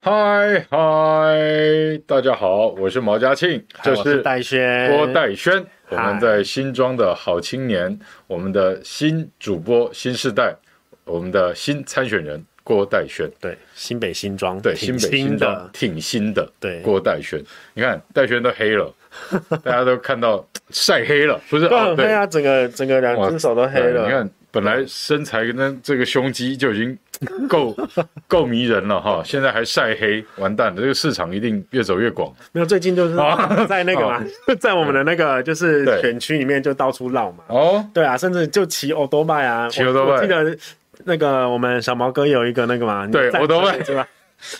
嗨嗨，大家好，我是毛家庆，这我是戴轩，郭代轩，我们在新庄的好青年，我们的新主播、新世代，我们的新参选人郭代轩，对新北新庄，对新挺北新新的庄，挺新的，对郭代轩，你看代轩都黑 了，大家都看到晒黑了，不是？都哦很对黑啊，整个整个两只手啊都黑呃对你了，看，本来身材跟这个胸肌就已经 够够迷人了哈，现在还晒黑，完蛋了，这个市场一定越走越广。没有最近就是 啊在那个嘛，在我们的那个就是对选区里面就到处绕嘛，哦，对啊，甚至就骑欧多拜啊，骑我欧多拜我记得那个我们小毛哥有一个那个嘛，对你在欧多拜对吧？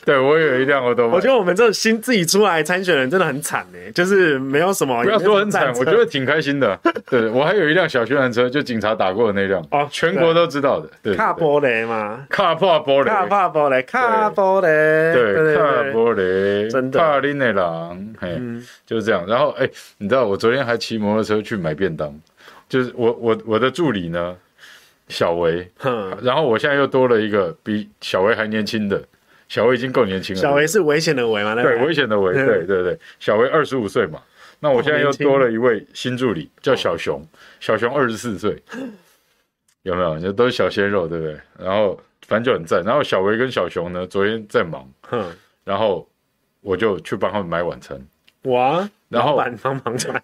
对我有一辆我都我觉得我们这新自己出来参选人真的很惨哎，就是没有什么，不要说很惨也没有，什我么觉战得挺开心 的。对，我还有一辆小宣传车，就警察打过的那辆，哦全国都知道的。对，车卡波雷嘛，卡帕波雷，卡帕波雷，卡波雷，对，卡对对，波雷，真的嗯帕林的狼，嘿，就是这样。然后，哎，你知道我昨天还骑摩托车去买便当，就是我我我的助理呢，小维，哼。然后我现在又多了一个比小维还年轻的，小维已经够年轻了，小维是危险的维嘛？那个对，危险的维，嗯对对对，小维二十五岁嘛，那我现在又年轻多了一位新助哦理，叫小熊，小熊二十四岁，有没有？就都是小鲜肉，对不对？然后反正就很赞。然后小维跟小熊呢，昨天在忙，哼，然后我就去帮他们买晚餐。我啊然后老板帮忙 出来，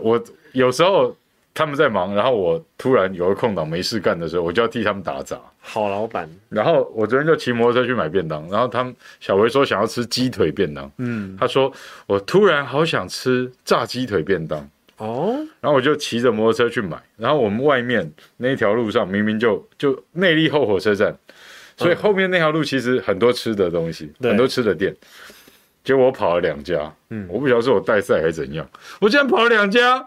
我有时候他们在忙，然后我突然有个空档没事干的时候，我就要替他们打杂。好老板，然后我昨天就骑摩托车去买便当，然后他们小维说想要吃鸡腿便当，嗯，他说我突然好想吃炸鸡腿便当。哦，然后我就骑着摩托车去买，然后我们外面那一条路上明明就就内力后火车站，所以后面那条路其实很多吃的东西，对很多吃的店。结果我跑了两家，嗯，我不晓得是我带赛还是怎样，我竟然跑了两家，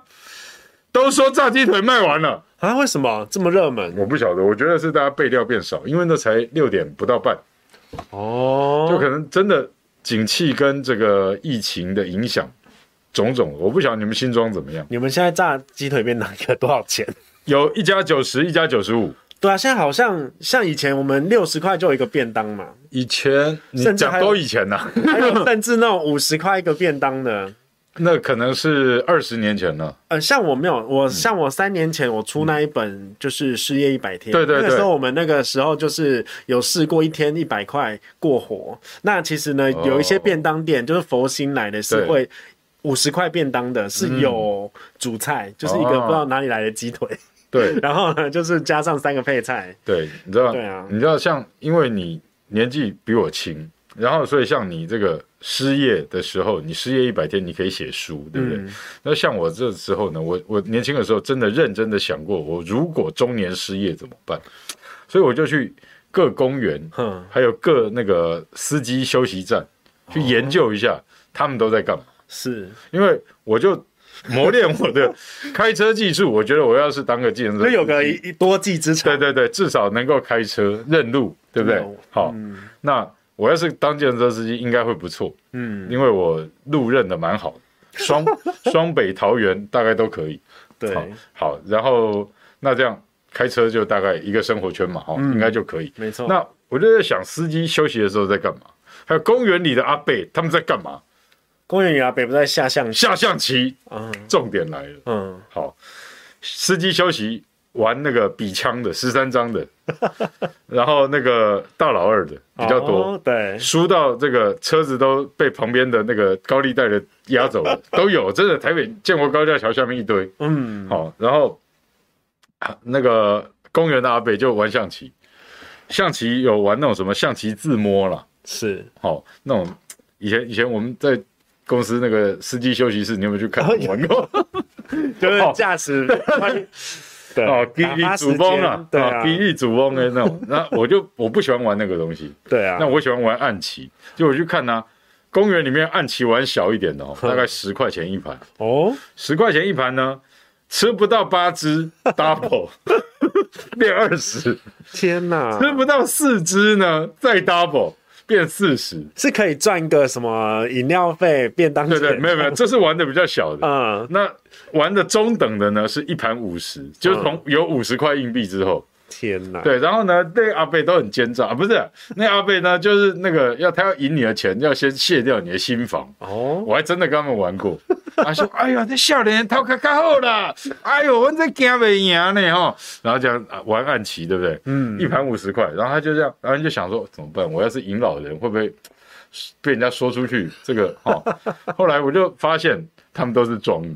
都说炸鸡腿卖完了，啊，为什么这么热门？我不晓得，我觉得是大家备料变少，因为那才六点不到半，哦，就可能真的景气跟这个疫情的影响，种种，我不晓得你们新庄怎么样，你们现在炸鸡腿便当一个多少钱？ 有一家九十，一家九十五。对啊，现在好像像以前我们六十块就有一个便当嘛，以前你甚至讲还有多以前呐、 还有甚至那种五十块一个便当的。那可能是二十年前了。呃，像我没有，嗯我像我三年前我出那一本就是失业一百天，对对对那个时候我们那个时候就是有试过一天一百块过活。那其实呢，哦有一些便当店就是佛心来的是对嗯会。五十块便当的是有主菜，就是一个哦不知道哪里来的鸡腿， 对然后呢就是加上三个配菜，对，你知道，对啊你知道像，因为你年纪比我轻，然后所以像你这个失业的时候，你失业一百天，你可以写书，对不对？嗯那像我这时候呢，我我年轻的时候真的认真的想过，我如果中年失业怎么办？所以我就去各公园，哼，还有各那个司机休息站去研究一下，他们都在干嘛。是因为我就磨练我的开车技术，我觉得我要是当个技能就车，有个一一多技之长对，对对，至少能够开车认路，对不对嗯？好，那我要是当计程车司机，应该会不错，嗯，因为我路认的蛮好的，双 双北桃园大概都可以。对，好，好，然后那这样开车就大概一个生活圈嘛，哈，应该就可以。嗯没错，那我就在想，司机休息的时候在干嘛？还有公园里的阿贝他们在干嘛？公园里啊，北不在下象棋，下象棋。嗯重点来了。嗯， 好，司机休息玩那个比枪的十三张的，然后那个到老二的比较多，哦对，输到这个车子都被旁边的那个高利贷的压走了，都有，真的台北建国高架桥下面一堆。嗯，好、然后、啊那个公园的阿北就玩象棋，象棋有玩那种什么象棋自摸啦，是，好、那种以前以前我们在公司那个司机休息室，你有没有去哦看玩过？就是哦驾驶，对哦，给打发予时主翁啊间，，对啊，给予主翁的那 种，那我就我不喜欢玩那个东西。对啊那，我喜欢玩暗棋，就我去看呢、公园里面暗棋玩小一点 的哦，哼大概十块钱一盘，哦，十块钱一盘呢，吃不到八只 double 变二十，天哪，吃不到四只呢再 double 变四十，是可以赚个什么饮料费、便当对对，钱？没有没有，这是玩的比较小的。嗯，那玩的中等的呢，是一盘五十，就是嗯从有五十块硬币之后，天哪，对，然后呢，那个阿贝都很奸诈，啊不是那个阿贝呢，就是那个要他要赢你的钱，要先卸掉你的心房。哦，我还真的跟他们玩过。 他说：“哎呀，这少年头壳较好啦，哎呦，我这惊未赢呢吼。”然后这样啊玩暗棋，对不对？嗯一盘五十块，然后他就这样，然后就想说怎么办？我要是赢老人，会不会 被人家说出去？这个哦，后来我就发现他们都是装的，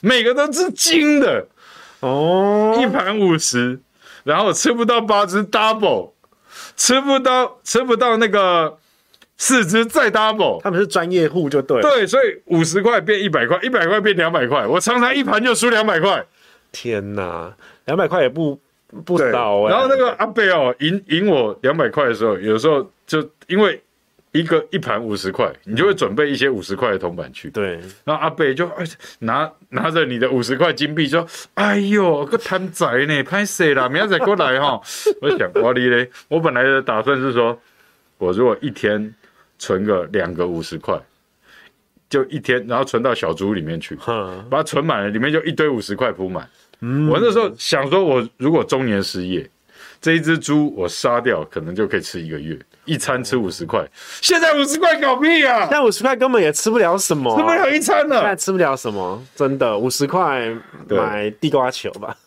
每个都是金的，一哦，盘五十，然后吃不到八只 double，吃不到吃不到那个四只再 double，他们是专业户就对了，对，所以五十块变一百块，一百块变两百块，我常常一盘就输两百块。天哪，两百块也不不少哎，然后那个阿贝哦，赢赢我两百块的时候，有时候就因为一个一盘五十块，你就会准备一些五十块的铜板去。对，然后阿贝就哎拿拿着你的五十块金币说：“哎呦，个贪仔呢，拍谁啦？明仔过来哈。” 我想，我哩嘞，我本来的打算是说，我如果一天存个两个五十块，就一天，然后存到小猪里面去。哼，把它存满了，里面就一堆五十块铺满。我那时候想说，我如果中年失业，这一只猪我杀掉，可能就可以吃一个月，一餐吃五十块。现在五十块搞屁啊，但五十块根本也吃不了什么，吃不了一餐现在了。吃不了什么，真的，五十块对买地瓜球吧。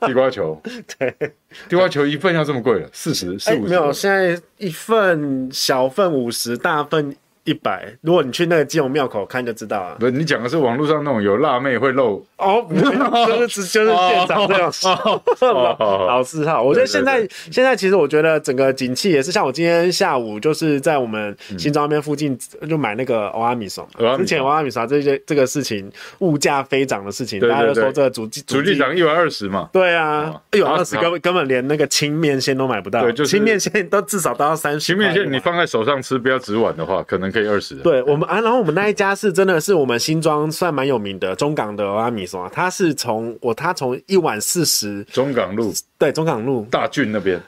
地瓜球， 对，地瓜球一份要这么贵了，四十、四哎，五没十。有，现在一份小份五十，大份一百。如果你去那个基隆庙口看就知道了。不是你讲的是网络上那种有辣妹会露哦，没有就是就是店长这种哦哦哦老字号。我觉得对对现在现在其实我觉得整个景气也是像我今天下午就是在我们新庄那边附近就买那个欧阿米索蚵嘛，仔米之索前欧阿米索这些这个事情物价飞涨的事情，对对大家就说对这个主机主机长一碗二十嘛，对啊哦，哎呦，然后二十根本根本连那个青面线都买不到，对就是青面线都至少都要三十。情面线你放在手上吃，不要纸碗的话，可能可以二十。哎对我们啊，然后我们那一家是真的是我们新庄算蛮有名的中港的阿米索啊，它是从我它从一碗四十，中港路对中港路，大郡那边，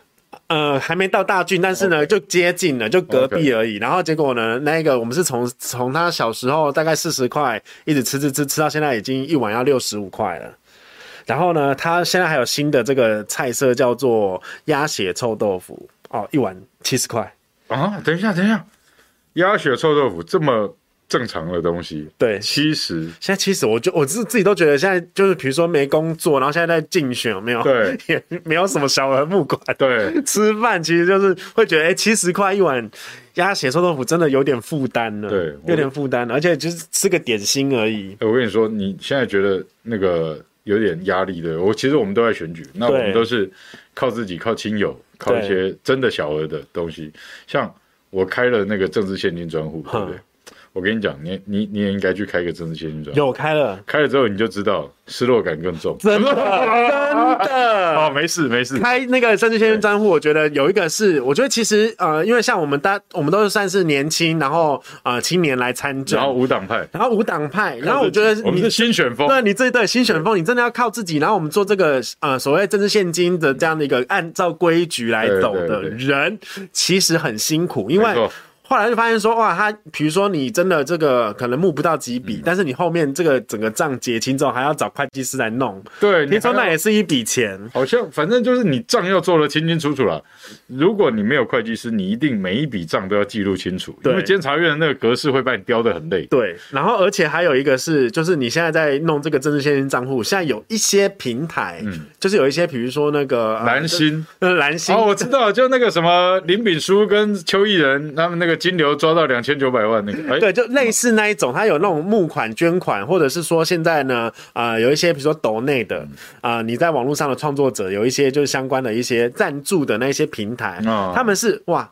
呃，还没到大郡，但是呢就接近了，就隔壁而已。然后结果呢，那个我们是从从他小时候大概四十块一直吃吃吃吃到现在已经一碗要六十五块了。然后呢，他现在还有新的这个菜色叫做鸭血臭豆腐哦，一碗七十块。啊，等一下，等一下，鸭血臭豆腐这么正常的东西，对七十，现在其实我就我自自己都觉得现在就是比如说没工作，然后现在在竞选，有没有？对， 也没有什么小额募款。对，吃饭其实就是会觉得，哎、七十块一碗鸭血臭豆腐真的有点负担了，对有点负担了，而且就是吃个点心而已。哎我跟你说，你现在觉得那个有点压力的，我其实我们都在选举，那我对们都是靠自己、靠亲友、靠一些真的小额的东西，像我开了那个政治现金专户，对不对哼？我跟你讲，你你你也应该去开一个政治现金专户，有开了，开了之后你就知道失落感更重。真的真的。 哦，没事没事，开那个三至先生账户，我觉得有一个是，我觉得其实呃，因为像我们大，我们都是算是年轻，然后呃青年来参政然，后无党派，然后无党派，然后我觉得我们你是新选风，对你这一对新选风，你真的要靠自己。然后我们做这个呃所谓政治现金的这样的一个按照规矩来走的对对人，其实很辛苦，因没为错。后来就发现说，哇，他比如说你真的这个可能募不到几嗯笔，但是你后面这个整个账结清之后，还要找会计师来弄，对，你听说还要那也是一笔钱。好像反正就是你账要做得清清楚楚了。如果你没有会计师，你一定每一笔账都要记录清楚，对因为监察院的那个格式会把你雕得很累。对，然后而且还有一个是，就是你现在在弄这个政治现金账户，现在有一些平台，就是有一些，比如说那个呃嗯蓝心，呃蓝星，哦，我知道，就那个什么林炳书跟邱毅人他们那个金流抓到两千九百万那个，哎，对，就类似那一种，它有那种募款、捐款，或者是说现在呢，啊，有一些比如说抖内的嗯啊、你在网络上的创作者有一些就是相关的一些赞助的那些平台，哦他们是哇。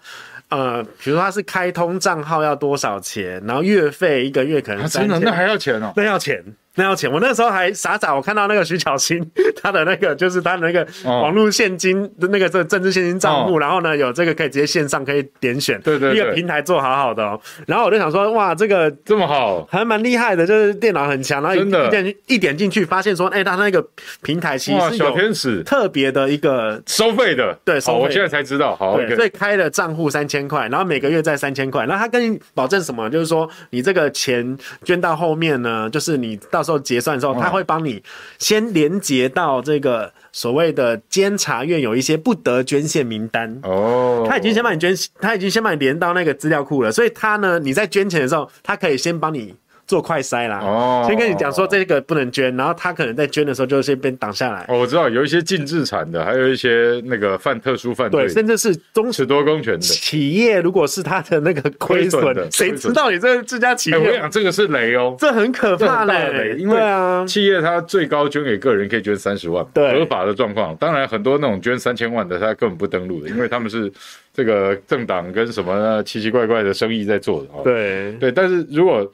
呃，比如说他是开通账号要多少钱，然后月费一个月可能啊，三真的千、那还要钱哦。那要钱，那要钱。我那时候还傻傻，我看到那个徐巧芯他的那个就是他的那个哦网络现金的那个这政治现金账户，哦然后呢有这个可以直接线上可以点选，对对对一个平台做好好的、哦。然后我就想说，哇，这个。这么好，哦还蛮厉害的，就是电脑很强，然后一真的一点一点进去，发现说，哎、他那个平台其哇，实是小有天使特别的一个，收费的，对好，收费的我现在才知道，好对，所，OK，以开了账户三千块，然后每个月再三千块，然后他跟你保证什么？就是说你这个钱捐到后面呢，就是你到时候结算的哦时候，他会帮你先连接到这个所谓的监察院有一些不得捐献名单。哦，他已经先帮你捐，他已经先帮你连到那个资料库了，所以他呢，你在捐钱的时候，他可以先帮你做快筛啦，哦先跟你讲说这个不能捐，然后他可能在捐的时候就先被挡下来，哦，我知道有一些禁制产的，还有一些那个犯特殊犯罪对，，甚至是中持多公权的。企业如果是他的那个亏亏损损的，谁亏知损道你这这家企哎，我跟你业讲，这个是雷哦，这很可这怕很大的嘞雷，，欸因对啊为，企业它最高捐给个人可以捐三十万，对合法的状况。当然，很多那种捐三千万的，他根本不登录 的，因为他们是这个政党跟什么奇奇怪怪的生意在做的。哦对对，但是如果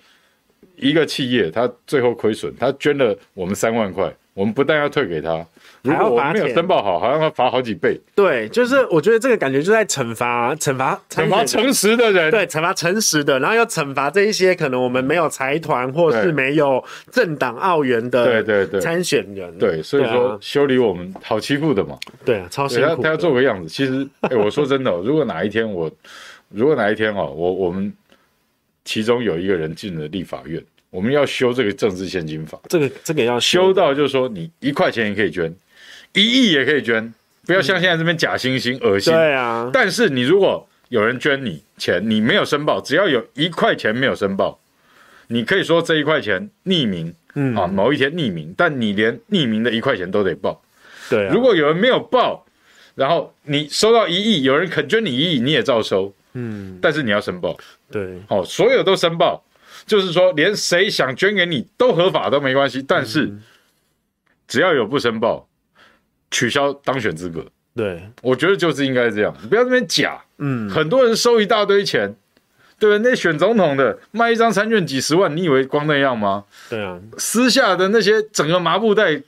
一个企业它最后亏损，它捐了我们三万块，我们不但要退给他，如还要果我罚没有钱申报好，好像要罚好几倍，对，就是我觉得这个感觉就在惩罚惩罚惩罚诚实的人。对，惩罚诚实的，然后要惩罚这一些可能我们没有财团或是对没有政党澳元对的对对参选人。对，所以对说啊修理我们好欺负的嘛。对啊，超辛对他苦他要的。做个样子。其实，哎、我说真的哦、 如果哪一天我，如果哪一天哦，我我们其中有一个人进了立法院，我们要修这个政治现金法，这个这个要修到就是说你一块钱也可以捐，一亿也可以捐，不要像现在这边假惺惺、恶心。对啊，但是你如果有人捐你钱，你没有申报，只要有一块钱没有申报，你可以说这一块钱匿名，嗯啊，某一天匿名，但你连匿名的一块钱都得报。对啊，如果有人没有报，然后你收到一亿，有人肯捐你一亿，你也照收，嗯但是你要申报，对哦，所有都申报，就是说连谁想捐给你都合法都没关系，但是只要有不申报，取消当选资格。对我觉得就是应该这样，不要这边假，嗯很多人收一大堆钱。对不对？那选总统的卖一张餐券几十万，你以为光那样吗？对啊私下的那些整个麻布袋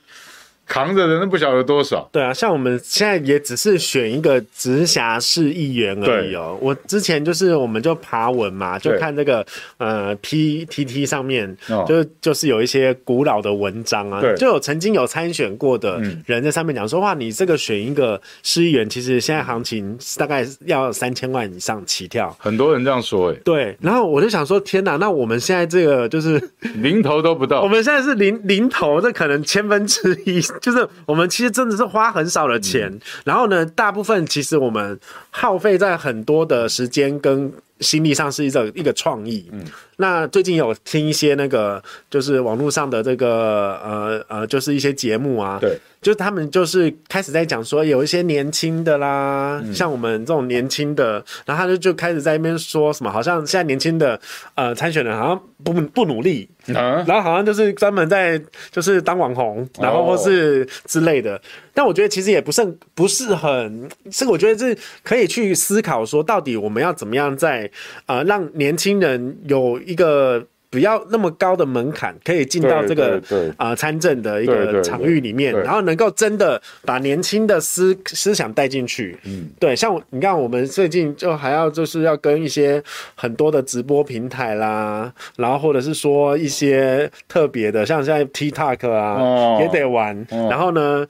扛着的，那不晓得多少。对啊，像我们现在也只是选一个直辖市议员而已哦。我之前就是我们就爬文嘛，就对看这个呃 P T T 上面哦就就是有一些古老的文章啊，对就有曾经有参选过的嗯人在上面讲说，哇，你这个选一个市议员，其实现在行情大概要三千万以上起跳。很多人这样说、哎，对，然后我就想说，天哪，那我们现在这个就是零头都不我到。们现在是零零头，这可能千分之一， 就是我们其实真的是花很少的钱，然后呢，大部分其实我们耗费在很多的时间跟心力上是一个一个创意。嗯，那最近有听一些那个就是网络上的这个呃呃，就是一些节目啊，对，就是他们就是开始在讲说有一些年轻的啦，像我们这种年轻的，然后他就就开始在那边说什么，好像现在年轻的呃参选人好像不不努力。啊，然后好像就是专门在就是当网红，然后或是之类的。但我觉得其实也不是很不是很，是我觉得是可以去思考说，到底我们要怎么样在呃让年轻人有一个。不要那么高的门槛，可以进到这个对对对呃参政的一对对个对场域里面，对然后能够真的把年轻的思思想带进去。嗯，对，像我你看，我们最近就还要就是要跟一些很多的直播平台啦，然后或者是说一些特别的，像现在 TikTok 啊，哦也得玩。哦然后呢，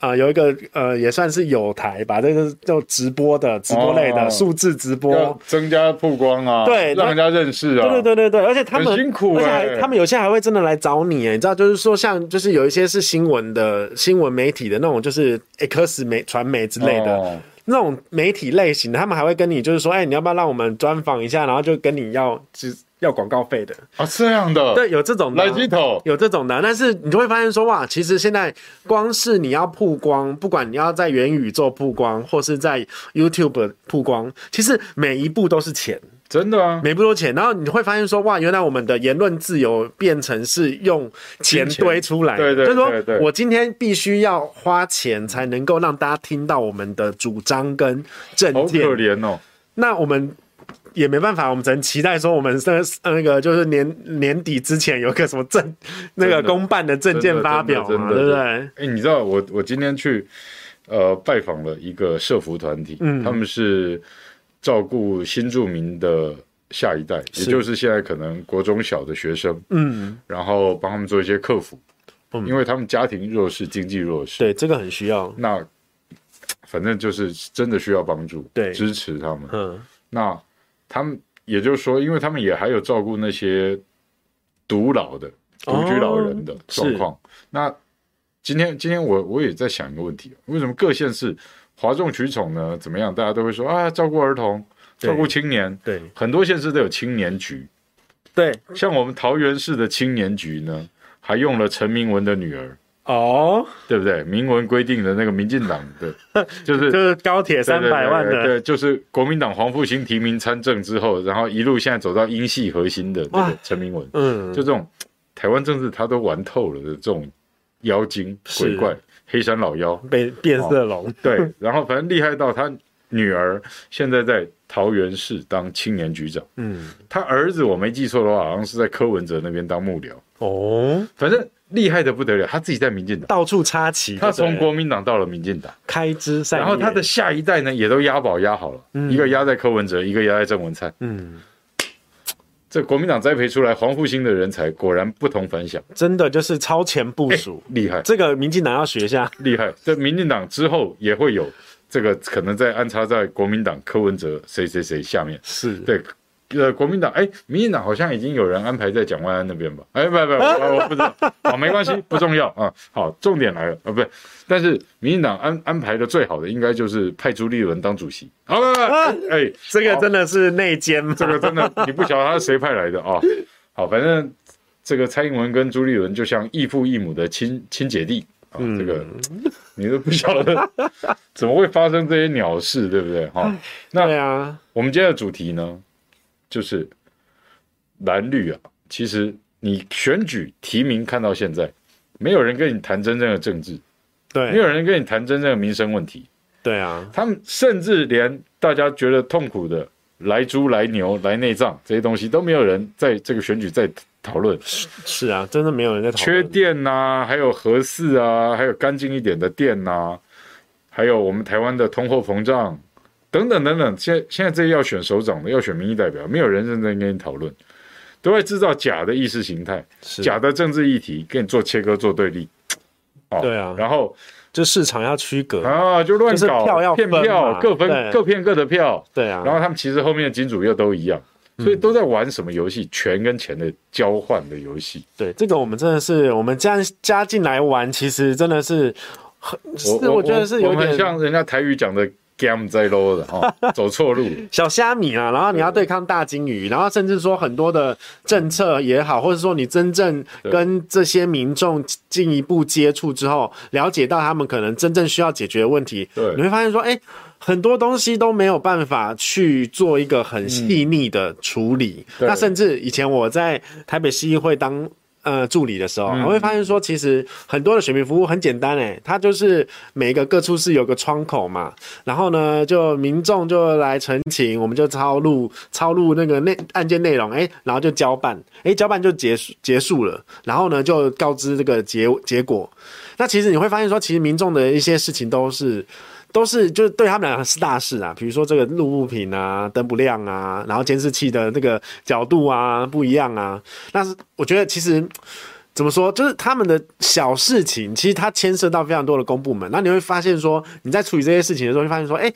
啊、有一个呃，也算是有台吧，这个叫直播的，直播类的哦数字直播，要增加曝光啊，对让人家认识啊，对对对对对，而且他们很辛苦而且欸还他们有些还会真的来找你欸，你知道，就是说像就是有一些是新闻的新闻媒体的那种，就是欸 X 媒传媒之类的、哦那种媒体类型的，他们还会跟你就是说，哎、你要不要让我们专访一下，然后就跟你要就是要广告费的，啊，这样的，对，，有这种的啊来鸡头，有这种的，啊但是你就会发现说，哇，其实现在光是你要曝光，不管你要在元宇宙曝光，或是在 YouTube 曝光，其实每一步都是钱。真的啊，每不多钱，然后你会发现说，哇，原来我们的言论自由变成是用钱金钱堆出来的，对对就是对说对我今天必须要花钱才能够让大家听到我们的主张跟好政见。可怜哦，那我们也没办法，我们只能期待说，我们这那个就是年年底之前有个什么证，那个真的公办的证件发表真嘛，的对真不的哎、对？你知道我我今天去呃拜访了一个社服团体，嗯他们是照顾新住民的下一代，也就是现在可能国中小的学生，嗯，然后帮他们做一些客服，嗯因为他们家庭弱势、经济弱势，对，这个很需要。那反正就是真的需要帮助，对支持他们。嗯，那他们也就是说，因为他们也还有照顾那些独老的、独居老人的状况。那今天，今天我我也在想一个问题：为什么各县市哗众取宠呢？怎么样？大家都会说啊，照顾儿童，对照顾青年，对很多县市都有青年局。对像我们桃园市的青年局呢，还用了陈明文的女儿，哦，对不对？明文规定的那个民进党的，就是 就是高铁对三百万对对的，对，就是国民党黄复兴提名参政之后，然后一路现在走到英系核心的那哇个陈明文，嗯就，这种台湾政治他都玩透了的这种妖精是鬼怪黑山老妖，被变色龙。 对，然后反正厉害到他女儿现在在桃园市当青年局长，嗯，他儿子我没记错的话，好像是在柯文哲那边当幕僚，哦，反正厉害的不得了，他自己在民进党。到处插旗，他从对不对国民党到了民进党，开枝散叶，然后他的下一代呢，也都押宝押好了，一个押在柯文哲，一个押在郑文灿，嗯，这国民党栽培出来黄复兴的人才，果然不同凡响，真的就是超前部哎署，厉害这个民进党要学一下。厉害！这民进党之后也会有这个，可能在安插在国民党柯文哲谁谁谁下面。是，对，呃，国民党哎，民进党好像已经有人安排在蒋万安那边吧？哎，不不不，我 我不知道，好，没关系，不重要啊。好，重点来了啊，不是，但是民进党安安排的最好的应该就是派朱立伦当主席。好了，哎，哎啊这个好真的是内奸嘛？这个真的你不晓得他是谁派来的啊、好，反正这个蔡英文跟朱立伦就像异父异母的亲亲姐弟啊、这个嗯你都不晓得怎么会发生这些鸟事，对不对？哦哈、那对啊，我们今天的主题呢，就是蓝绿啊。其实你选举提名看到现在，没有人跟你谈真正的政治，没对，有人跟你谈真正的民生问题。对啊，他们甚至连大家觉得痛苦的来猪、来牛、来内脏这些东西都没有人在这个选举在讨论，是啊，真的没有人在讨缺论。电呐、还有合适啊，还有干净一点的电呐、还有我们台湾的通货膨胀等等等等。现在现在这些要选首长的，要选民意代表，没有人认真跟你讨论，都会制造假的意识形态、是啊假的政治议题，跟你做切割、做对立。哦对啊然后就市场要区隔，啊，就乱就是搞，票要骗分票嘛，各对分各骗各的票。对啊嗯然，后他们其实后面的金主又都一样，所以都在玩什么游戏？权跟钱的交换的游戏。对，这个我们真的是，我们这样加进来玩，其实真的是很，是我觉得是有我们很点像人家台语讲的 “game 在 low” 的 哈，走错路。小虾米啊，然后你要对抗大金鱼，然后甚至说很多的政策也好，或者说你真正对跟这些民众进一步接触之后，了解到他们可能真正需要解决的问题，对你会发现说，哎、很多东西都没有办法去做一个很细腻的处理。嗯对那甚至以前我在台北市议会当呃助理的时嗯候，我会发现说，其实很多的选民服务很简单诶、它就是每一个各处是有个窗口嘛，然后呢，就民众就来陈情，我们就抄录抄录那个内案件内容，哎、然后就交办，哎、交办就结束结束了，然后呢就告知这个结结果。那其实你会发现说，其实民众的一些事情都是都是就是对他们来讲是大事啊，比如说这个路不平啊、灯不亮啊，然后监视器的那个角度啊不一样啊，但是我觉得其实。怎么说，就是他们的小事情，其实它牵涉到非常多的公部门。那你会发现说，你在处理这些事情的时候，会发现说，哎、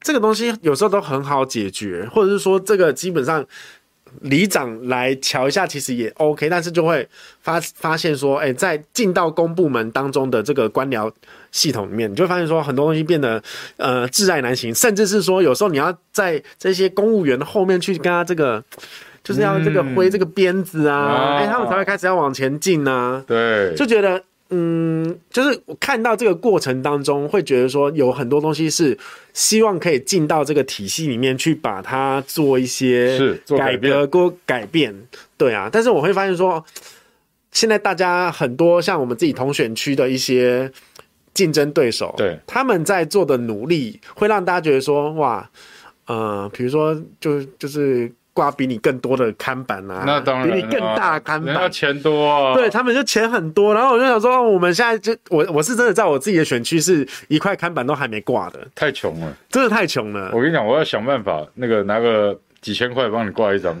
这个东西有时候都很好解决，或者是说这个基本上里长来瞧一下，其实也 OK，但是就会发发现说，哎、在进到公部门当中的这个官僚系统里面，你就会发现说很多东西变得呃挚爱难行，甚至是说有时候你要在这些公务员的后面去跟他这个。就是要这个挥这个鞭子啊，啊哎、他们才会开始要往前进啊，对，就觉得嗯，就是我看到这个过程当中，会觉得说有很多东西是希望可以进到这个体系里面去，把它做一些是做改变革、过改变，对啊。但是我会发现说，现在大家很多像我们自己同选区的一些竞争对手，对他们在做的努力，会让大家觉得说，哇，呃，比如说就就是。挂比你更多的看板啊，那当然比你更啊大的看板，人家钱多啊，对他们就钱很多，然后我就想说，哦我们现在就我我是真的在我自己的选区是一块看板都还没挂的，太穷了。真的太穷了我。跟你讲，我要想办法，那个拿个几千块帮你挂一张，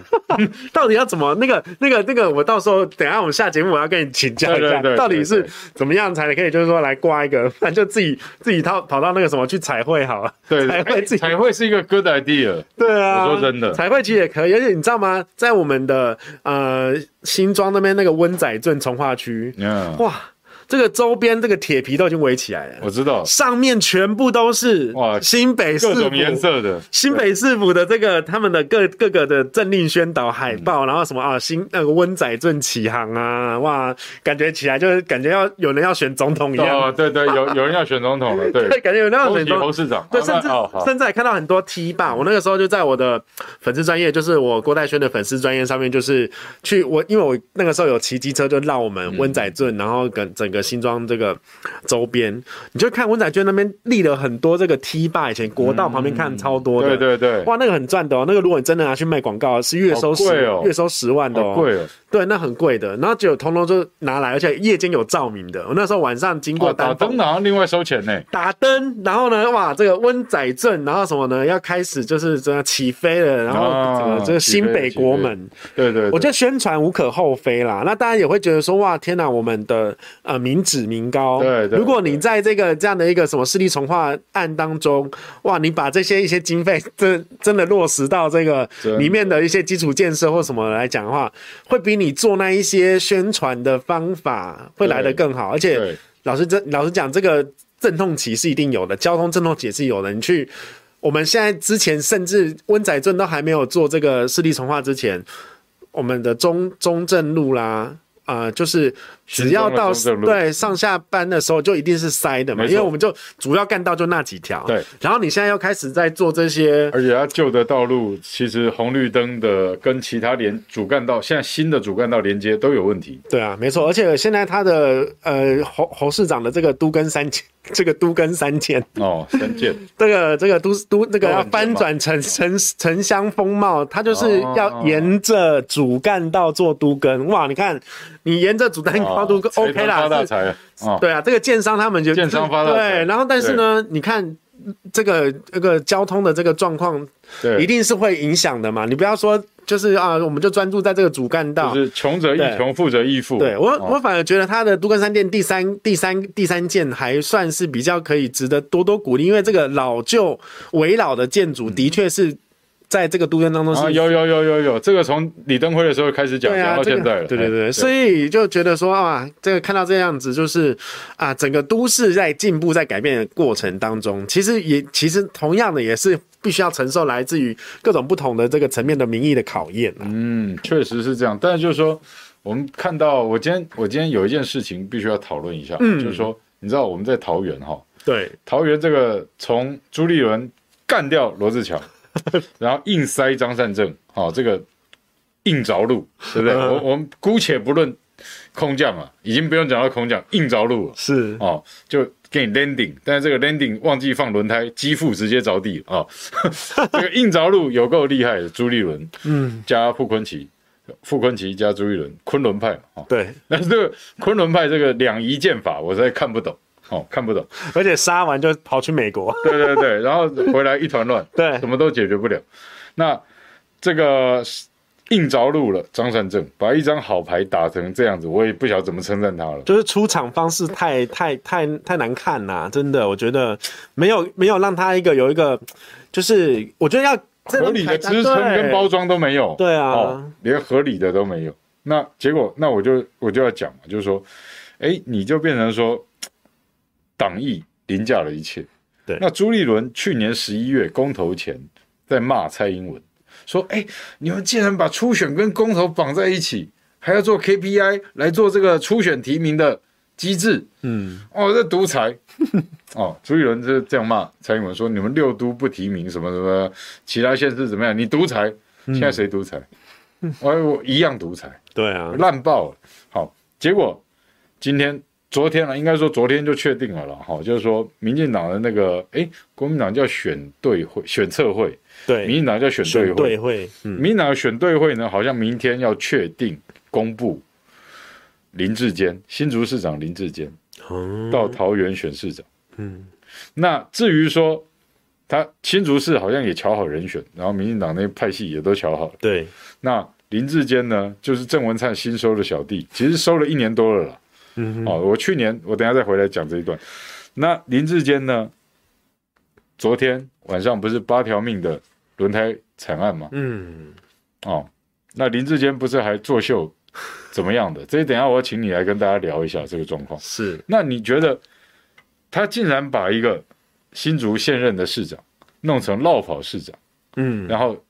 到底要怎么那个那个那个，我到时候等一下我们下节目我要跟你请教一下，对对对对到底是对怎么样才可以就是说来挂一个，反正就自己自己到跑到那个什么去彩绘好了， 对，哎彩绘自己才会是一个 good idea。对啊，我说真的彩绘其实也可以，而且你知道吗，在我们的呃新庄那边那个温仔镇从化区，嗯，哇，这个周边这个铁皮都已经围起来了。我知道，上面全部都是哇新北市各府种颜色的，新北市府的这个他们的各各个的政令宣导海嗯报，然后什么啊新那个温仔镇起航啊，哇，感觉起来就是感觉要有人要选总统一样，哦，对对，有有人要选总统了，对 对，， 感觉有人要恭选喜总侯统。市长，对，啊甚至那哦好，嗯甚至还看到很多 T 吧。我那个时候就在我的粉丝专业，就是我郭代轩的粉丝专业上面，就是去我因为我那个时候有骑机车，就绕我嗯们温仔镇，然后跟整个新庄这个周边，你就看温仔镇那边立了很多这个 T 吧，以前国道旁边看超多嗯的，对对对，哇，那个很赚的哦，那个如果你真的拿去卖广告，是月收好十、贵哦月收十万的好哦，贵哦，对，那很贵的。然后只有通通就拿来，而且夜间有照明的。我那时候晚上经过哇，哦打单峰、灯啊好像另外收钱呢，打灯，然后呢，哇，这个温仔镇，然后什么呢，要开始就是真的起飞了，然后啊整个这个起新飞了北国起飞了门，对对，我觉对得宣传无可厚非啦。那大家也会觉得说，哇，天哪，我们的呃民脂民膏。对对如果你在这个这样的一个什么势力重化案当中，哇，你把这些一些经费真真的落实到这个真的里面的一些基础建设或什么来讲的话，会比你做那一些宣传的方法会来得更好。而且对老师真老实讲，这个阵痛期是一定有的，交通阵痛期也是有的。你去。我们现在之前甚至温仔镇都还没有做这个势力重化之前，我们的中中正路啦，啊，就是只要到新庄的中正路对上下班的时候就一定是塞的嘛，没错因为我们就主要干道就那几条。对，然后你现在又开始在做这些，而且它旧的道路其实红绿灯的跟其他连主干道，现在新的主干道连接都有问题，对啊，没嗯错，而且现在他的呃侯侯市长的这个都跟三千，这个都跟三千，哦，三件，这个这个都都那个都要很近翻嘛转城城城乡风貌，它就是哦要沿着主干道做都跟。哇，你看，你沿着主干道都跟、哦财 OK 啦，团发大是财了，哦，对啊，这个建商他们就建商发大财对，然后但是呢，你看这个这个交通的这个状况，对一。定是会影响的嘛。你不要说就是啊，我们就专注在这个主干道。就是穷则对易穷，富则易富。对我，哦我反而觉得他的都根山店第三、第三、第三件还算是比较可以值得多多鼓励，因为这个老旧、围老的建筑的确是在这个都根当中是啊，有有有有有，这个从李登辉的时候开始讲，对讲啊，到这个现在了。对对对，哎所以就觉得说啊，这个看到这样子，就是啊，整个都市在进步、在改变的过程当中，其实也其实同样的也是必须要承受来自于各种不同的这个层面的民意的考验啊。嗯，确实是这样。但是就是说，我们看到我今天我今天有一件事情必须要讨论一下，就是说，你知道我们在桃园哈，对，桃园这个从朱立伦干掉罗志强，然后硬塞张善政，好、这个硬着陆，对不对？我我们姑且不论空降嘛，已经不用讲到空降，硬着陆了。是哦，就给你 landing，但是这个 landing 忘记放轮胎，机腹直接着地啊、哦这个硬着陆有够厉害的，朱立伦，嗯，加傅昆奇，傅昆奇加朱立伦，昆仑派嘛，哦，对，但是这个昆仑派这个两仪剑法，我实在看不懂，哦，看不懂，而且杀完就跑去美国， 对对对，然后回来一团乱，对什么都解决不了。那这个硬着陆了张善政，把一张好牌打成这样子，我也不晓得怎么称赞他了。就是出场方式太太太太难看啦、真的，我觉得没有没有让他一个有一个，就是我觉得要合理的支撑跟包装都没有，对啊哦，连合理的都没有。那结果，那我就我就要讲嘛，就是说，哎，你就变成说，党意凌驾了一切。对那朱立伦去年十一月公投前在骂蔡英文，说，哎，你们竟然把初选跟公投绑在一起，还要做 KPI 来做这个初选提名的机制，嗯，哦，这独裁。哦，朱立伦就是这样骂蔡英文说：“你们六都不提名，什么什么，其他县市怎么样？你独裁，嗯现在谁独裁？哎，我一样独裁，对啊，烂爆了。好，结果今天、昨天啊了，应该说昨天就确定了了。哈，就是说，民进党的那个，哎，国民党叫选对会、选测会，民对，进党叫选对会，选对会，嗯，民进党的选对会呢，好像明天要确定公布林志坚新竹市长林志坚到桃园选市长。哦嗯，那至于说他新竹市好像也瞧好人选，然后民进党那派系也都瞧好了。对，那林志坚呢，就是郑文灿新收的小弟，其实收了一年多了啦。嗯哼哦，我去年我等一下再回来讲这一段。那林志坚呢，昨天晚上不是八条命的轮胎惨案吗？嗯，哦，那林志坚不是还作秀怎么样的？这一等一下我要请你来跟大家聊一下这个状况。是，那你觉得他竟然把一个新竹现任的市长弄成落跑市长，嗯，然后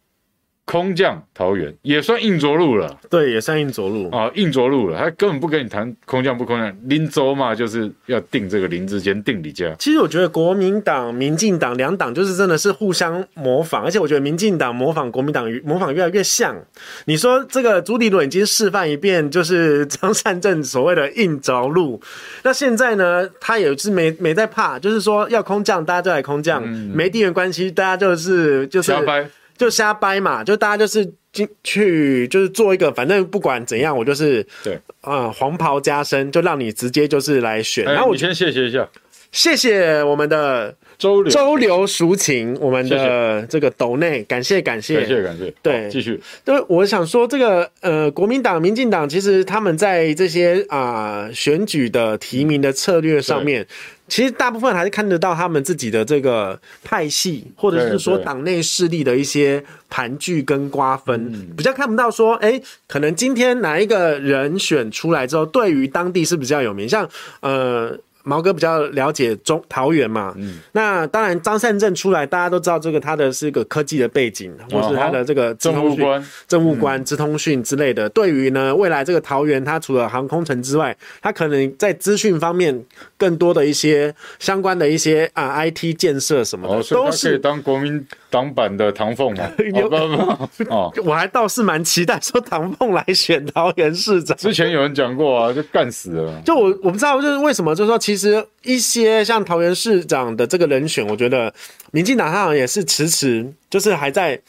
空降桃园，也算硬着陆了对，也善硬着陆，啊，硬着陆了。他根本不跟你谈空降不空降，林州嘛就是要定这个林志坚，定李家。其实我觉得国民党、民进党两党就是真的是互相模仿，而且我觉得民进党模仿国民党模仿越来越像。你说这个朱立伦已经示范一遍，就是张善政所谓的硬 着陆，那现在呢，他也是没没在怕，就是说要空降大家就来空降，没地缘关系大家就是就是嗯瞎掰，就瞎掰嘛，就大家就是进去就是做一个，反正不管怎样，我就是对啊、黄袍加身，就让你直接就是来选。哎然后，我你先谢谢一下谢谢我们的周柳，周流淑琴，我们的这个斗内，感谢感谢。感谢感谢，对好继续，对，我想说这个呃，国民党、民进党其实他们在这些啊、选举的提名的策略上面，其实大部分还是看得到他们自己的这个派系，或者是对说对党内势力的一些盘踞跟瓜嗯分，比较看不到说，哎，可能今天哪一个人选出来之后，对于当地是比较有名，像呃。毛哥比较了解中桃园嘛，嗯那当然张善政出来，大家都知道这个他的是一个科技的背景，或是他的这个政务官政务官、资通讯之类的，对于呢未来这个桃园，它除了航空城之外，它可能在资讯方面更多的一些相关的一些啊 IT 建设什么的，哦，所以都他可以是。当国民党版的唐凤嘛？ 有哦不不不，哦，我还倒是蛮期待说唐凤来选桃园市长。之前有人讲过啊，就干死了。就我我不知道，就是为什么，就是说，其实一些像桃园市长的这个人选，我觉得民进党他好像也是迟迟，就是还在，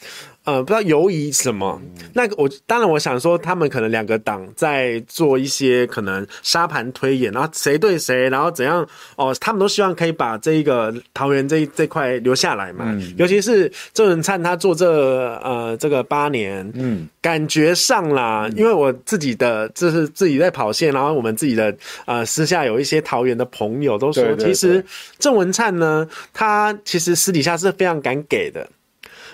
呃，不知道犹疑什么。嗯那个我当然我想说，他们可能两个党在做一些可能沙盘推演，然后谁对谁，然后怎样哦，他们都希望可以把这一个桃园这一这块留下来嘛。嗯尤其是郑文灿他做这呃这个八年，嗯，感觉上啦，因为我自己的就是自己在跑线，然后我们自己的呃私下有一些桃园的朋友都说，对对其实对郑文灿呢，他其实私底下是非常敢给的。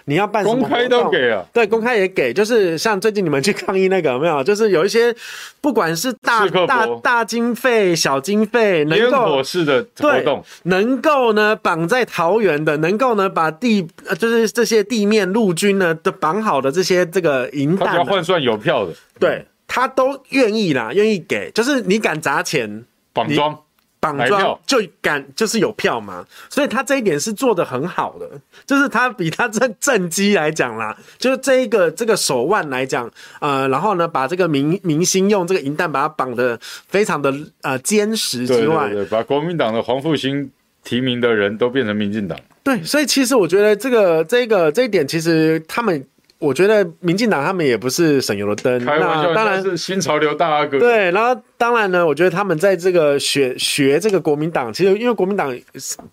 你要办什么公开活动都给啊，对，公开也给，就是像最近你们去抗议那个有没有，就是有一些不管是大刺客大博大经费、小经费，能烟够火式的活对，动，能够呢绑在桃园的，能够呢把地呃就是这些地面陆军呢都绑好的这些这个银他只要弹呢，换算有票的对他都愿意啦，愿意给，就是你敢砸钱绑桩，绑买庄票就敢就是有票嘛，所以他这一点是做的很好的，就是他比他这正机来讲啦，就是这一个这个手腕来讲，呃，然后呢把这个明明星用这个银弹把它绑的非常的呃坚实对之外，对对，把国民党的黄复兴提名的人都变成民进党，对，所以其实我觉得这个这个这一点，其实他们我觉得民进党他们也不是省油的灯，开玩嗯那笑，当他然是新潮流大阿 哥，对，然后当然呢，我觉得他们在这个学学这个国民党，其实因为国民党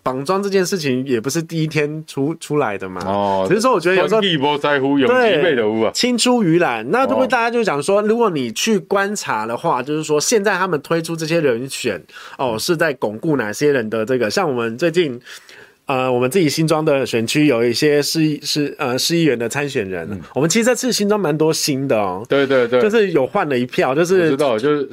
绑桩这件事情也不是第一天出出来的嘛。哦只是说我觉得有时候专一不在乎，永对基被的屋啊，青出于蓝，那会不会哦大家就讲说，如果你去观察的话，就是说现在他们推出这些人选，哦，是在巩固哪些人的这个？像我们最近。呃，我们自己新庄的选区有一些市议市呃市议员的参选人，我们其实这次新庄蛮多新的哦，对对嗯对，就是有换了一票，就我是知道，就是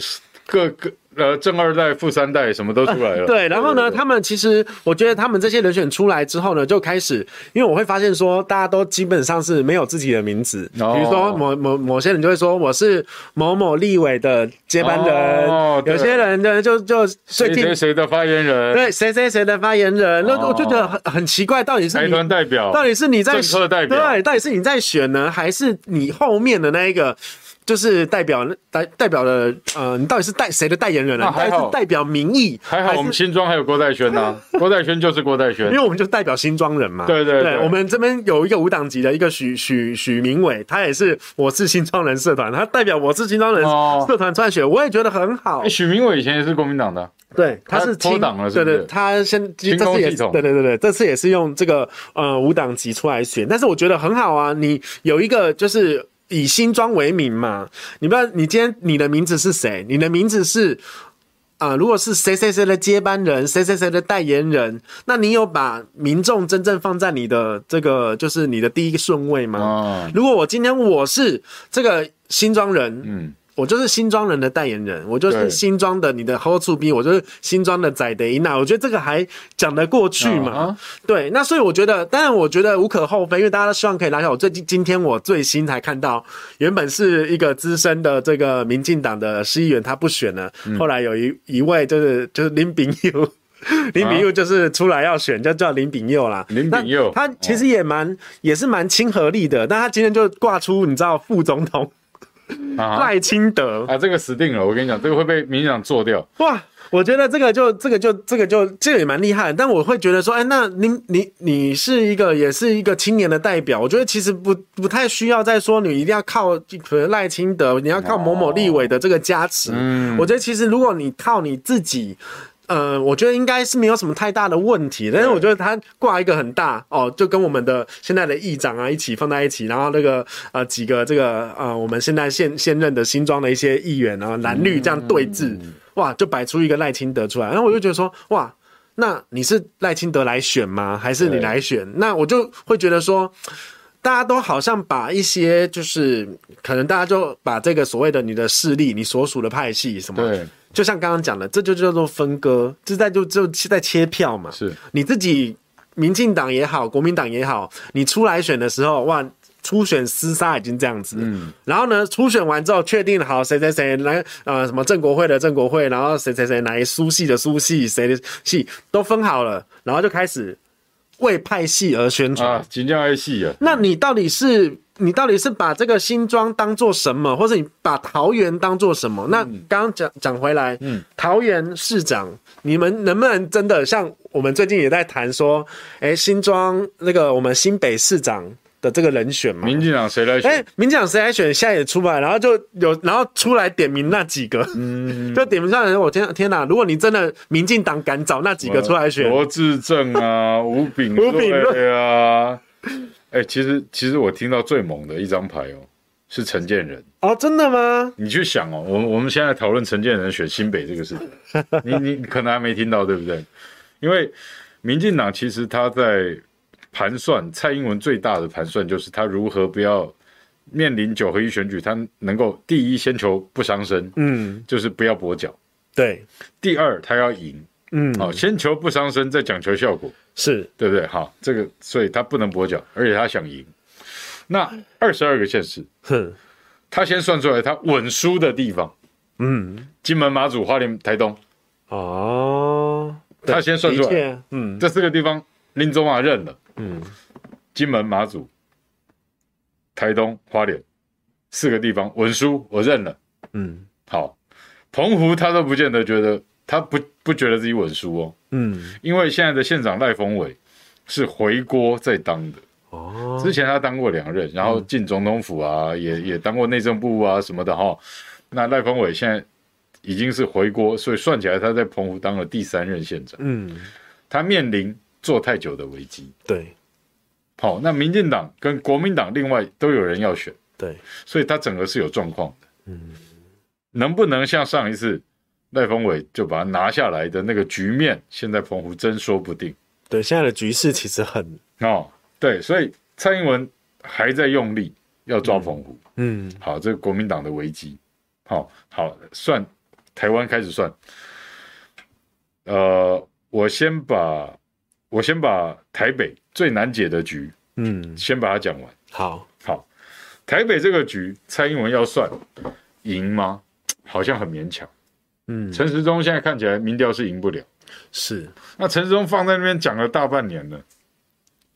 各个呃正二代、富三代什么都出来 了，对，然后呢，他们其实我觉得他们这些人选出来之后呢，就开始，因为我会发现说，大家都基本上是没有自己的名字，哦比如说某某某些人就会说我是某某立委的接班人，哦对有些人呢就就最谁近谁谁的发言人，对谁谁谁的发言人，那、哦我就觉得很很奇怪，到底是财你团代表，到底是你在政客代表对，到底是你在选呢，还是你后面的那一个？就是代表代代表的呃，你到底是代谁的代言人呢、那啊？还你好到底是代表民意，还好我们是新庄还有郭代轩呐，郭代轩就是郭代轩因为，我们就代表新庄人嘛。对对对对我们这边有一个无党籍的一个许许许明伟，他也是我是新庄人社团，他代表我是新庄人哦社团参选，我也觉得很好哎，。许明伟以前也是国民党的，对，他他是脱清党了是对不是对，他先这清空次也系统对对对对，这次也是用这个呃无党籍出来选，但是我觉得很好啊，你有一个就是。以新庄为名嘛，你不知道你今天你的名字是谁？你的名字是啊、如果是谁谁谁的接班人，谁谁谁的代言人，那你有把民众真正放在你的这个就是你的第一顺位吗？哦如果我今天我是这个新庄人，嗯，我就是新庄人的代言人，我就是对新庄的你的 hold 住 B，我就是新庄的仔的伊娜，我觉得这个还讲得过去嘛。啊对，那所以我觉得，当然我觉得无可厚非，因为大家都希望可以拉票。我最近今天我最新才看到，原本是一个资深的这个民进党的市议员，他不选了，嗯后来有一一位就是就是林炳佑。林炳佑就是出来要选，就叫林炳佑啦。林炳佑哦那他其实也蛮、也是蛮亲和力的，但他今天就挂出你知道副总统啊赖清德，啊，这个死定了！我跟你讲，这个会被民进党做掉。哇，我觉得这个就这个就这个就这个也蛮厉害的，但我会觉得说，哎，那你你你是一个也是一个青年的代表，我觉得其实不不太需要再说你一定要靠可能赖清德，你要靠某某立委的这个加持。嗯我觉得其实如果你靠你自己。呃，我觉得应该是没有什么太大的问题，但是我觉得他挂一个很大哦，就跟我们的现在的议长啊一起放在一起，然后那个呃几个这个呃我们现在现现任的新庄的一些议员啊蓝绿这样对峙，哇，就摆出一个赖清德出来，然后我就觉得说哇，那你是赖清德来选吗？还是你对来选？那我就会觉得说，大家都好像把一些就是可能大家就把这个所谓的你的势力、你所属的派系什么，对，就像刚刚讲的，这就叫做分割，这在就就在切票嘛。是你自己民进党也好，国民党也好，你出来选的时候，哇，初选厮杀已经这样子，嗯，然后呢，初选完之后确定好谁谁谁来，呃，什么郑国会的郑国会，然后谁谁谁来苏系的苏系，谁的系都分好了，然后就开始为派系而宣传。啊，金将爱戏啊，那你到底是你到底是把这个新庄当做什么，或者你把桃园当做什么？那嗯刚刚讲讲回来，嗯，桃园市长，你们能不能真的像我们最近也在谈说，哎、新庄那个我们新北市长的这个人选嘛？民进党谁来哎、选？民进党谁来选？现在也出来，然后就有，然后出来点名那几个，嗯， 就点名上来。我天天哪！如果你真的民进党敢找那几个出来选，呃罗志正 啊，吴炳吴炳瑞啊。 哎，其实其实我听到最猛的一张牌哦，是陈建仁。哦，真的吗？你去想哦，我们我们现在讨论陈建仁选新北这个事情，你你你可能还没听到，对不对？因为民进党其实他在盘算，蔡英文最大的盘算就是他如何不要面临九合一选举，他能够第一先求不伤身，嗯，就是不要跛脚；对，第二他要赢，嗯，好、先求不伤身，再讲求效果。是，对不对？好，这个所以他不能跛脚，而且他想赢。那二十二个县市，哼，他先算出来他稳输的地方，嗯。金门、马祖、花莲、台东，哦，对他先算出来的确嗯，这四个地方林宗啊认了，嗯，金门、马祖、台东、花莲四个地方稳输，我认了。嗯好，澎湖他都不见得觉得他不不觉得自己稳输哦，嗯，因为现在的县长赖峰伟是回锅在当的，哦，嗯之前他当过两任，然后进总统府啊，也也当过内政部啊什么的哈。那赖峰伟现在已经是回国，所以算起来他在澎湖当了第三任县长，嗯，他面临做太久的危机。对好，那民进党跟国民党另外都有人要选，对，所以他整个是有状况的。嗯，能不能像上一次赖峰伟就把他拿下来的那个局面，现在澎湖真说不定对，现在的局势其实很，哦。对，所以蔡英文还在用力要抓澎湖。嗯，好，这个国民党的危机，好、好算台湾开始算。呃，我先把我先把台北最难解的局嗯，先把它讲完。好，好，台北这个局，蔡英文要算赢吗？好像很勉强。嗯，陈时中现在看起来民调是赢不了。是，那陈时中放在那边讲了大半年了，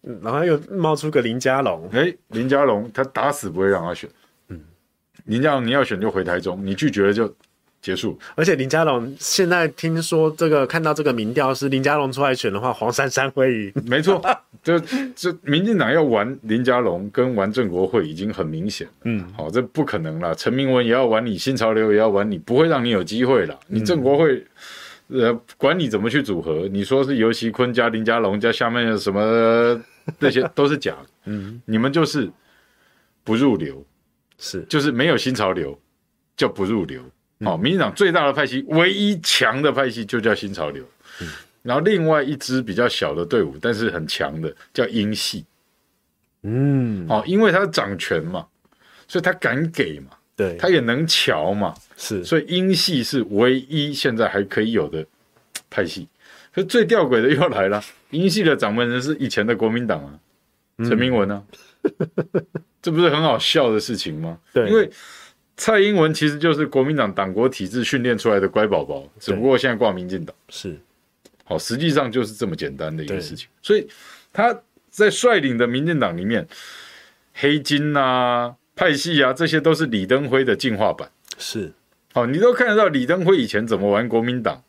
嗯然后又冒出个林佳龙，哎，林佳龙他打死不会让他选。嗯，林佳龙你要选就回台中，你拒绝了就结束。而且林佳龙现在听说这个看到这个民调是林佳龙出来选的话，黄珊珊会赢， 没错，这这民进党要玩林佳龙跟玩郑国会已经很明显了。嗯，好、这不可能啦，陈明文也要玩你，新潮流也要玩你，不会让你有机会啦。你郑国会，呃，管你怎么去组合，你说是尤其坤加林佳龙加下面的什么那些都是假的。嗯，你们就是不入流，是，就是没有新潮流，叫不入流。嗯好、民进党最大的派系，唯一强的派系就叫新潮流。嗯然后另外一支比较小的队伍，但是很强的叫英系。嗯，哦，因为他掌权嘛，所以他敢给嘛，对，他也能瞧嘛，是，所以英系是唯一现在还可以有的嘖派系。可是最吊诡的又来了，英系的掌门人是以前的国民党啊，嗯陈明文 啊，这不是很好笑的事情吗？对因为蔡英文其实就是国民党党国体制训练出来的乖宝宝，只不过现在挂民进党。是，好，实际上就是这么简单的一个对事情。所以他在率领的民进党里面，黑金啊、派系啊，这些都是李登辉的进化版。是，好，你都看得到李登辉以前怎么玩国民党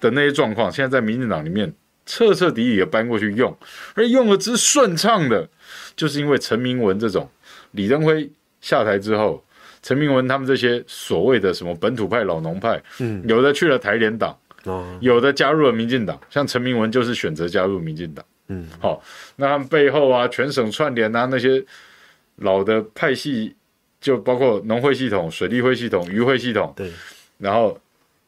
的那些状况，现在在民进党里面彻彻底底的搬过去用，而用的之顺畅的，就是因为陈明文这种李登辉下台之后。陈明文他们这些所谓的什么本土派、老农派，嗯有的去了台联党，哦，有的加入了民进党，像陈明文就是选择加入民进党。嗯，好、那他们背后啊，全省串联啊，那些老的派系，就包括农会系统、水利会系统、渔会系统，对，然后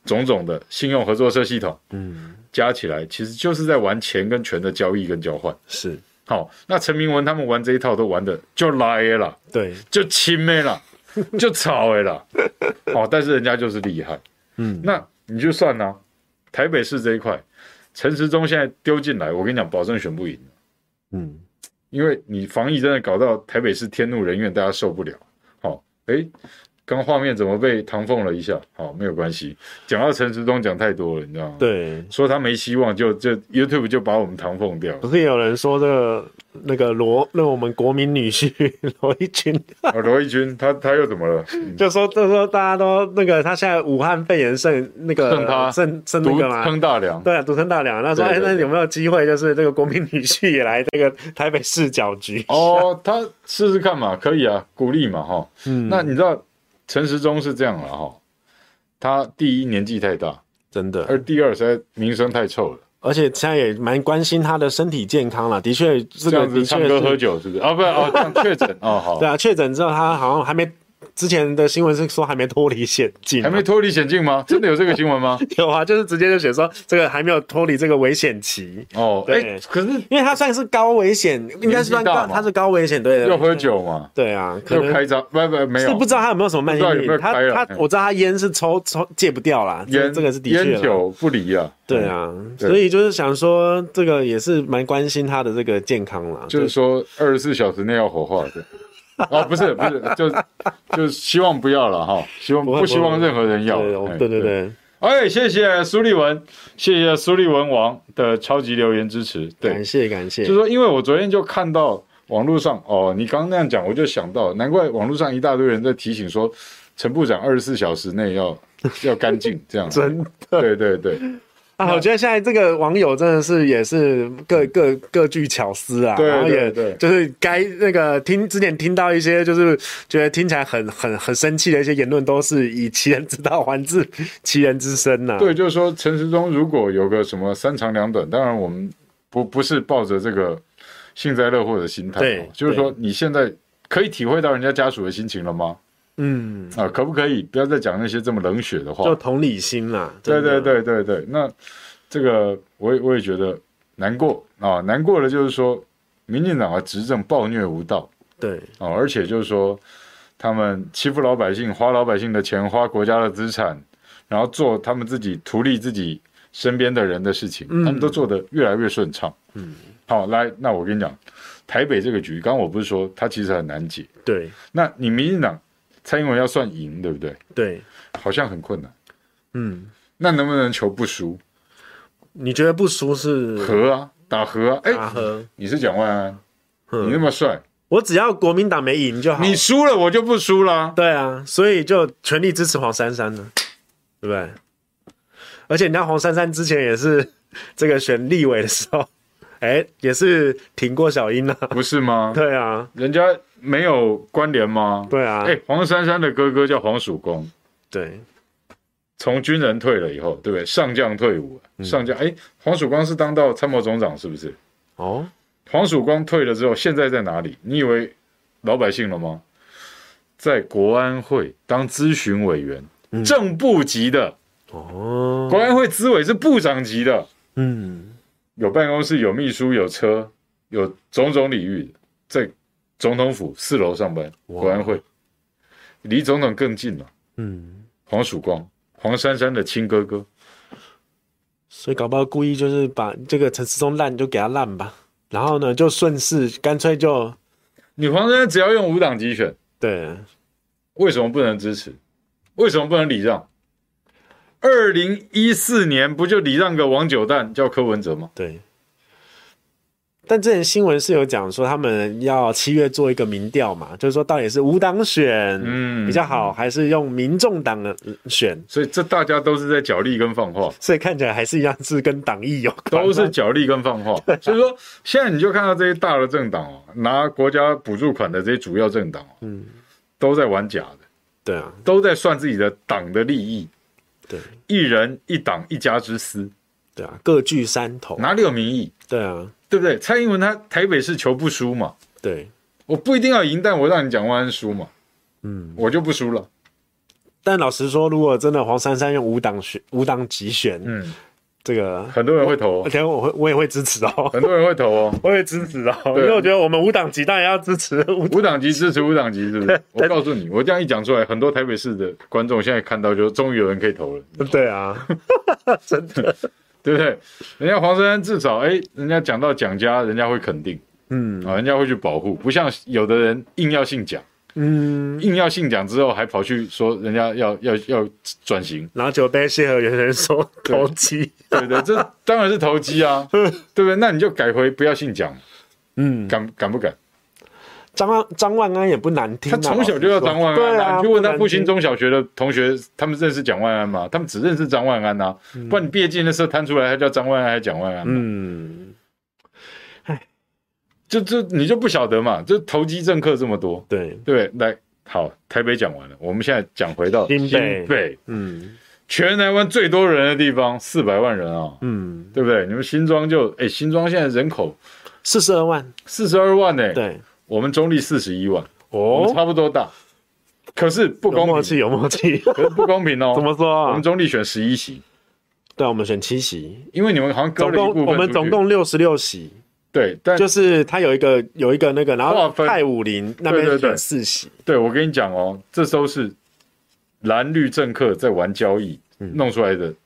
种种的信用合作社系统，嗯，加起来其实就是在玩钱跟权的交易跟交换。是，好、那陈明文他们玩这一套都玩的就来了，对，就亲妹 了，就吵哎了。哦，但是人家就是厉害。嗯，那你就算啦、台北市这一块，陈时中现在丢进来，我跟你讲，保证选不赢，嗯，因为你防疫真的搞到台北市天怒人怨，大家受不了。好、哦，诶，刚画面怎么被唐凤了一下？好、没有关系。讲到陈时中讲太多了，你知道吗？，对。说他没希望就，就 YouTube 就把我们唐凤掉了。不是也有人说这个那个罗，那我们国民女婿 罗一群，啊，罗毅军他他又怎么了？嗯就说就说大家都那个他现在武汉肺炎剩那个剩他剩剩那独个嘛，坑大梁。对啊，独吞大梁。那说对哎，对那对有没有机会就是这个国民女婿也来这个台北市搅局？哦，他试试看嘛，可以啊，鼓励嘛，哈。嗯那你知道陈时中是这样了啊哈，他第一年纪太大，真的，而第二实在名声太臭了，而且现在也蛮关心他的身体健康了。的确，这这个样子的唱确歌喝是，酒是不是？啊，不是哦，这样确诊哦，好对，啊，确诊之后他好像还没，之前的新闻是说还没脱离险境啊，还没脱离险境吗？真的有这个新闻 吗？有啊，就是直接就写说这个还没有脱离这个危险期。哦，对哎，可是因为他算是高危险，应该算年纪高，大嘛他是高危险，对要的，喝酒嘛，对啊，可要能开张，不不没是有不，知道他有没有什么慢不知道性有没病，有开他了他我知道他烟是抽抽戒不掉啦，这烟这个是的确烟啦酒不离啊，对啊，对所以就是想说，这个也是蛮关心他的这个健康啦。就是说二十四小时内要火化的。哦，不是不是，就就希望不要了哈，希望不会不希望不会任何人要对哦了。哎对对对，哎，谢谢苏立文，谢谢苏立文王的超级留言支持。对感，谢感谢就是。说，因为我昨天就看到网络上哦，你刚刚那样讲，我就想到，难怪网络上一大堆人在提醒说， 陈部长二十四小时内要要干净这样。真对对对，啊，我觉得现在这个网友真的是也是各各各具巧思啊，对然后也对对就是该那个听之前听到一些就是觉得听起来很很很生气的一些言论，都是以其人之道还治其人之身呐、对，就是说陈时中如果有个什么三长两短，当然我们不不是抱着这个幸灾乐祸的心态，对哦就是说你现在可以体会到人家家属的心情了吗？嗯，啊，可不可以不要再讲那些这么冷血的话？就同理心啦，对真的对，对对对，那这个我也我也觉得难过啊，难过的就是说，民进党的啊执政暴虐无道对啊，而且就是说，他们欺负老百姓，花老百姓的钱，花国家的资产，然后做他们自己图利自己身边的人的事嗯情，他们都做得越来越顺畅。嗯，好，来，那我跟你讲，台北这个局，刚刚我不是说它其实很难解，对那你民进党蔡英文要算赢，对不对？对，好像很困难，嗯，那能不能求不输？你觉得不舒适？和啊，打和啊，哎、阿和，你是蒋万安，你那嗯，么帅，我只要国民党没赢就好。你输了我就不输啦。对啊，所以就全力支持黄珊珊呢，对不对？而且你知道黄珊珊之前也是这个选立委的时候， 哎，也是挺过小英啊。 不是吗？对啊，人家没有关联吗？对啊，哎、黄珊珊的哥哥叫黄曙光，对，从军人退了以后，对不对？上将退伍，嗯上将，哎、黄曙光是当到参谋总长是不是？哦，黄曙光退了之后，现在在哪里？你以为老百姓了吗？在国安会当咨询委员，嗯正部级的，哦，国安会资委是部长级的。嗯，有办公室，有秘书，有车，有种种礼遇，在总统府四楼上班，哇国安会离总统更近了。嗯，黄曙光，黄珊珊的亲哥哥，所以搞不好故意就是把这个陈思忠烂就给他烂吧，然后呢就顺势干脆就你黄珊珊只要用无党籍选，对，为什么不能支持？为什么不能礼让？二零一四年不就礼让个王九蛋叫柯文哲吗？对。但之前新闻是有讲说，他们要七月做一个民调嘛，就是说到底是无党选嗯比较好，还是用民众党的选？所以这大家都是在角力跟放话。所以看起来还是一样是跟党意有关嘛，都是角力跟放 话。所以说，现在你就看到这些大的政党哦，拿国家补助款的这些主要政党哦，嗯，都在玩假的，对啊，都在算自己的党的利益，对一人一党一家之私，对啊，各据山头，哪里有民意？对啊，对不对？蔡英文他台北市求不输嘛，对。我不一定要赢，但我让你蒋万安输嘛，嗯，我就不输了。但老实说，如果真的黄珊珊用无党选、无党籍选，嗯，这个，很多人会投、而哦，且我会我也会支持哦，很多人会投 哦。我也支持哦，因对为我觉得我们无党籍当然要支持无无党籍支持无党籍，是不是？我告诉你，我这样一讲出来，很多台北市的观众现在看到就终于有人可以投了。对啊，真的，对不对？人家黄珊珊至少，哎，人家讲到蒋家，人家会肯定嗯啊，人家会去保护，不像有的人硬要姓蒋，嗯。硬要姓蒋之后还跑去说人家要要要转型，然后就被谢和元人说投机，对不对？这当然是投机啊，对不对？那你就改回不要姓蒋，嗯，敢敢不敢？张万张万安也不难听、他啊，从小就要张万安对啊，你去问他不难父亲听中小学的同学，他们认识蒋万安吗？他们只认识张万安呐、啊，不然你毕业纪念册摊出来，还叫张万安，还蒋万安吗？嗯，就就你就不晓得嘛，就投机政客这么多，对，对，来，好，台北讲完了，我们现在讲回到新北嗯全台湾最多人的地方，四百万人啊、嗯，对不对？你们新庄就，哎，新庄现在人口四十二万，四十二万呢、对，我们中立四十一万，我们哦，差不多大，可是不有默公契平，有默契，可是不公平哦。 怎么说我啊们？中立选十一席，对，我们选七席，因为你们好像割总了一部分共我出们去总共六十六席，对，但就是他有一个有一个那个，然划后分泰武林那对边对对选四席，对我跟你讲哦，这都是蓝绿政客在玩交易弄出来的嗯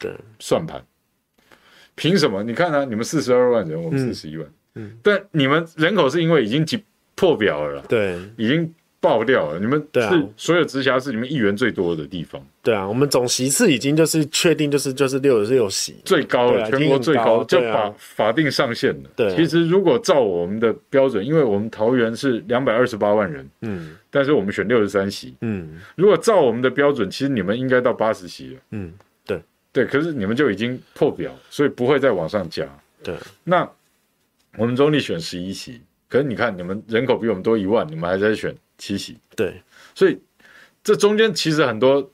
对算盘。凭什么？你看啊，你们四十二万人，我们嗯四十一万，但你们人口是因为已经挤破表了啦，对已经爆掉了。你们对啊是所有直辖市里面议员最多的地方，对啊，我们总席次已经就是确定就是就是六十六席，最高对了，啊全国最高，已就经很高对法啊法定上限了。对啊其实如果照我们的标准，因为我们桃园是两百二十八万人，嗯但是我们选六十三席，嗯如果照我们的标准，其实你们应该到八十席了。嗯，对，对，可是你们就已经破表，所以不会再往上加。对，那我们中立选十一席，可是你看你们人口比我们多一万，你们还在选七席，对，所以这中间其实很多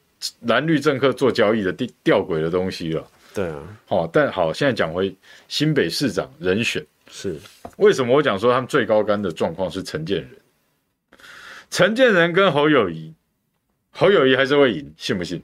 蓝绿政客做交易的地吊诡的东西了。对啊，好、但好，现在讲回新北市长人选，是，为什么我讲说他们最高干的状况是陈建仁？陈建仁跟侯友谊，侯友谊还是会赢，信不信？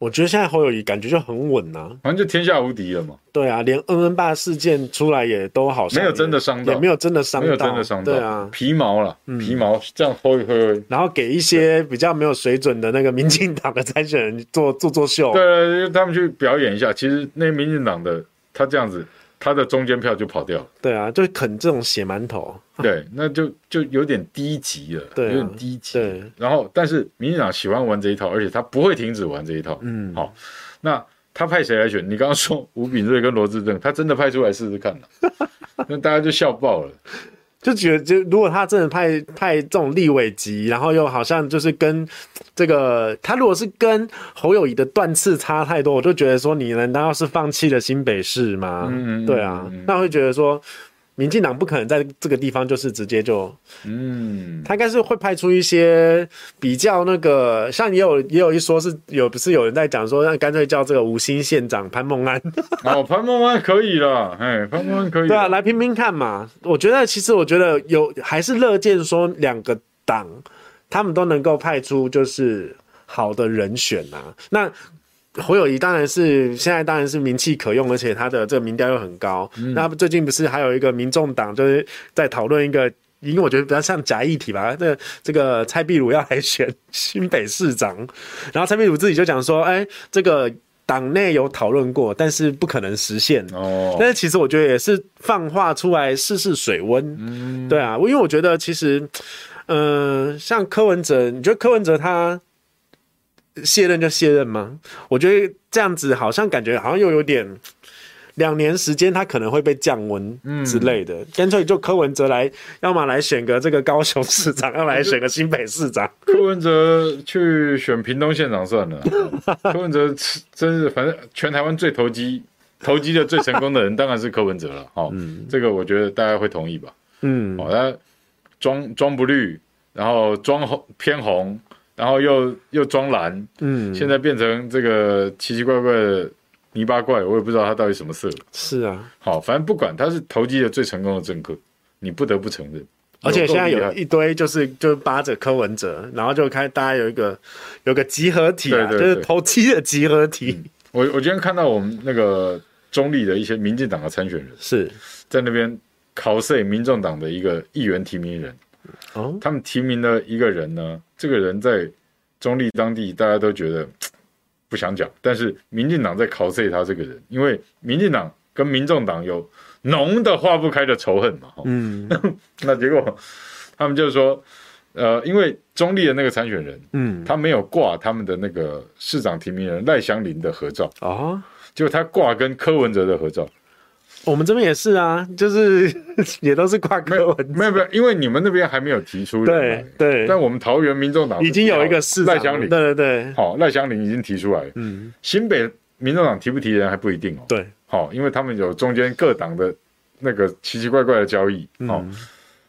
我觉得现在侯友谊感觉就很稳呐、反正就天下无敌了嘛。对啊，连恩恩爸事件出来也都好像没有也真的伤到也没有真的伤到，没有真的伤到，对啊。皮毛了，皮毛这样挥一挥，挥然后给一些比较没有水准的那个民进党的参选人做做做秀，对，他们去表演一下。其实那民进党的他这样子，他的中间票就跑掉了，对啊，就啃这种血馒头，对，那就就有点低级了，啊对啊有点低级。对，然后，但是民进党喜欢玩这一套，而且他不会停止玩这一套。嗯好，那他派谁来选？你刚刚说吴秉瑞跟罗志正，他真的派出来试试看 了，那大家就笑爆了。就觉得就如果他真的派派这种立委级，然后又好像就是跟这个他如果是跟侯友谊的段次差太多，我就觉得说你难道是放弃了新北市吗？嗯嗯嗯对啊，那会觉得说。民进党不可能在这个地方就是直接就嗯，他应该是会派出一些比较那个，像也有也有一说是有不是有人在讲说，那干脆叫这个吴兴县长潘孟安，哦，潘孟安可以了，哎，潘孟安可以。对啊，，来拼拼看嘛。我觉得其实我觉得有还是乐见说两个党他们都能够派出就是好的人选啊。那侯友谊当然是现在当然是名气可用，而且他的这个民调又很高。那最近不是还有一个民众党就是在讨论一个，因为我觉得比较像假议题吧。这这个蔡壁如要来选新北市长，然后蔡壁如自己就讲说，哎、这个党内有讨论过，但是不可能实现。哦，但是其实我觉得也是放话出来试试水温，对啊，因为我觉得其实，呃，像柯文哲，你觉得柯文哲他卸任就卸任吗？我觉得这样子好像感觉好像又有点两年时间，他可能会被降温之类的，干脆就柯文哲来，要么来选个这个高雄市长，要么来选个新北市长，柯文哲去选屏东县长 算了。柯文哲真是，反正全台湾最投机、投机的最成功的人，当然是柯文哲了。好、这个我觉得大家会同意吧？嗯，好、他装装不绿，然后装红偏红，然后又又装蓝，嗯，现在变成这个奇奇怪怪的泥巴怪，我也不知道他到底什么色。是啊，好、反正不管他是投机的最成功的政客，你不得不承认。而且够现在厉害有一堆就是就扒着柯文哲，然后就开大家有一个有个集合体啊，对对就是对嗯投机的集合体，我我今天看到我们那个中立的一些民进党的参选人。是在那边 cos 民众党的一个议员提名人，哦，他们提名了一个人呢，这个人在中立当地大家都觉得不想讲，但是民进党在 cos 他这个人，因为民进党跟民众党有浓的化不开的仇恨嘛，哈嗯 那结果他们就说，呃，因为中立的那个参选人，嗯，他没有挂他们的那个市长提名人赖香林的合照，哦，结果他挂跟柯文哲的合照。我们这边也是啊，就是 也都是挂没柯有文，没有没有，因为你们那边还没有提出人嘛对对但我们桃园民众党已经有一个市长赖香了，对林，对对，好，赖香林已经提出来了。嗯新北民众党提不提人还不一定哦。，对，好，因为他们有中间各党的那个奇奇怪怪的交易，嗯哦，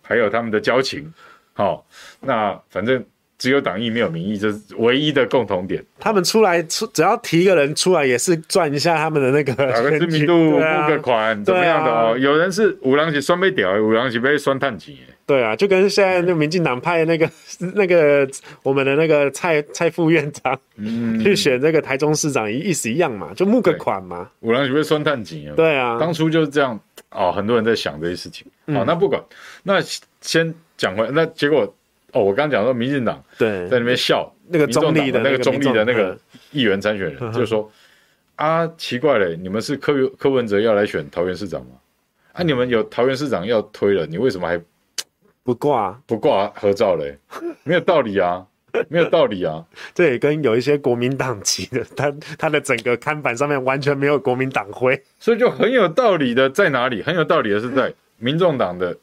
还有他们的交情，好，那反正只有党意没有民意，这是唯一的共同点。 他们出来出只要提一个人出来，也是赚一下他们的那个打个知选举名度，募对啊个款，怎么样的哦？对有人是五郎级酸被屌，五郎级被酸探井，对啊，就跟现在嗯那民进党派那个 那个我们的那个蔡蔡副院长、嗯去选这个台中市长一意思一样嘛，就募个款嘛。五郎级被酸探井啊。对啊，当初就是这样哦，很多人在想这些事情。嗯好、那不管，那先讲回来，那结果哦，我刚讲说民进党对在那边笑嗯那个民众党中立的那那个个中立的那民众嗯个党议员参选人，就说啊，奇怪嘞，你们是柯文柯文哲要来选桃园市长吗？啊，嗯你们有桃园市长要推了，你为什么还不挂，不挂合照嘞？没有道理啊，没有道理啊。这也跟有一些国民党籍的， 他他的整个看板上面完全没有国民党徽。所以就很有道理的在哪里？很有道理的是在民众党的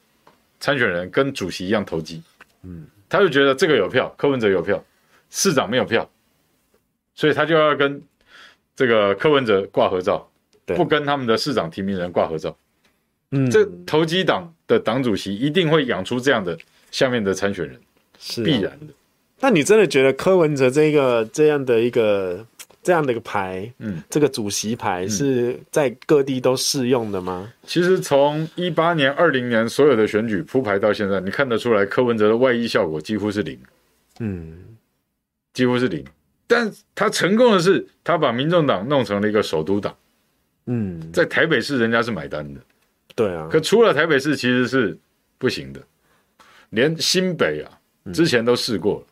参选人跟主席一样投机，嗯，他就觉得这个有票，柯文哲有票，市长没有票，所以他就要跟这个柯文哲挂合照，对不跟他们的市长提名人挂合照，嗯，这投机党的党主席一定会养出这样的下面的参选人，是啊必然的。那你真的觉得柯文哲这个这样的一个这样的一个牌，嗯，这个主席牌是在各地都适用的吗？其实从一八年、二零年所有的选举铺排到现在，你看得出来柯文哲的外溢效果几乎是零，嗯，几乎是零。但他成功的是，他把民众党弄成了一个首都党，嗯，在台北市人家是买单的，对啊，可除了台北市其实是不行的，连新北啊之前都试过了，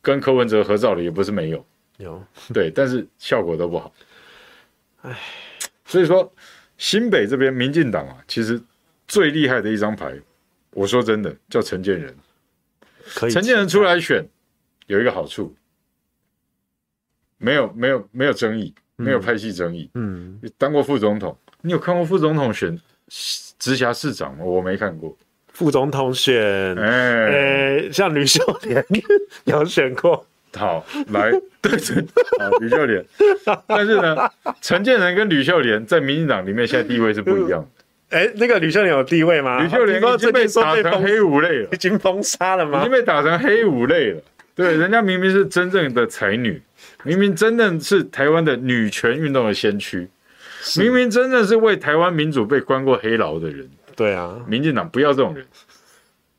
跟柯文哲合照的也不是没有，有对，但是效果都不好。唉，所以说新北这边民进党啊，其实最厉害的一张牌，我说真的叫陈建仁。可以陈建仁出来选有一个好处，没有没有没有争议，没有派系争议。嗯，当过副总统，你有看过副总统选直辖市长吗？我没看过。副总统选，哎、呃、像吕秀莲有选过，好，来， 对对，好，吕秀莲。但是呢，陈建仁跟吕秀莲在民进党里面现在地位是不一样 的。哎、那个吕秀莲有地位吗？吕秀莲啊已听说经最被近说打被成封，黑五类了已，经封杀了已吗经？被打成黑五类了。 对，人家明明是真正的才女，明明真的是台湾的女权运动的先驱，明明真的是为台湾民主被关过黑牢的人。对啊，民进党不要这种人，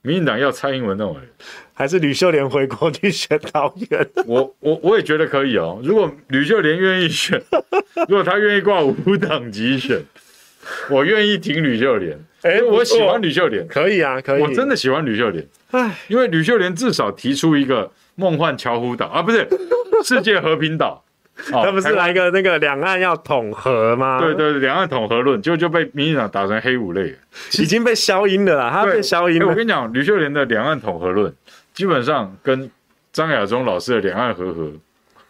民进党要蔡英文那种人。还是吕秀莲回国去选导演，我我我也觉得可以哦。如果吕秀莲愿意 选，如果她愿意挂无党籍选，我愿意挺吕秀莲。哎因为我喜欢吕，吕秀莲，可以啊，可以，我真的喜欢吕秀莲，唉因为吕秀莲至少提出一个梦幻乔湖岛啊，不是 世界和平岛，哦他不是台湾来个那个两岸要统合吗？对，对对两岸统合论，就就被民进党打成黑五类了。已经被消音了啦，他对被消音哎我了。跟你讲，吕秀莲的两岸统合论，基本上跟张亚中老师的两岸和合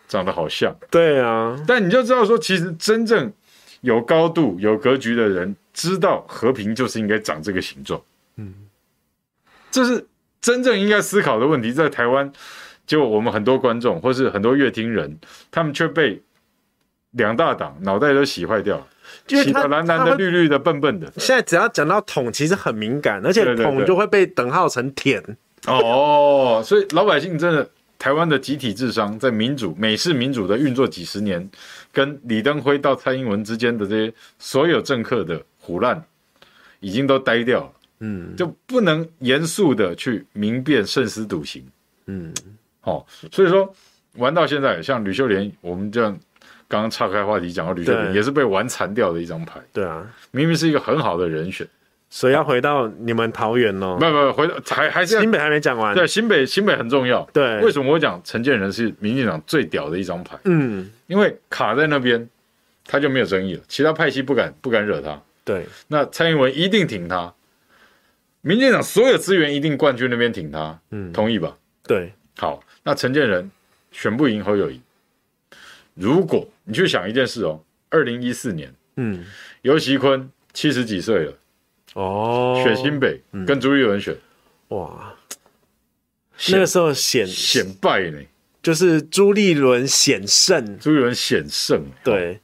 长得好像。对啊，但你就知道说，其实真正有高度、有格局的人，知道和平就是应该长这个形状。嗯，这是真正应该思考的问题。在台湾，就我们很多观众或是很多乐听人，他们却被两大党脑袋都洗坏掉了，因为洗他的蓝蓝他的、会绿绿的、笨笨的。现在只要讲到统，其实很敏感，而且对对对统就会被等号成舔。哦，所以老百姓真的，台湾的集体智商在民主、美式民主的运作几十年，跟李登辉到蔡英文之间的这些所有政客的胡乱，已经都呆掉了，嗯就不能严肃的去明辨慎思笃行。嗯，哦，所以说玩到现在，像吕秀莲，我们这样刚刚岔开话题讲到吕秀莲，对也是被玩残掉的一张牌，对啊，明明是一个很好的人选，所以要回到你们桃园哦不，不，回到还还是要新北还没讲完。对，新北新北很重要。对为什么我讲陈建仁是民进党最屌的一张牌？嗯，因为卡在那边，他就没有争议了，其他派系不敢不敢惹他。对，那蔡英文一定挺他，民进党所有资源一定灌去那边挺他，嗯，同意吧？对，好，那陈建仁选不赢侯友谊。如果你去想一件事哦，二零一四年嗯，尤熙坤七十几岁了，哦，选新北、跟朱立伦选，哇，那显个时候显显败呢，就是朱立伦险胜，朱立伦险胜。对，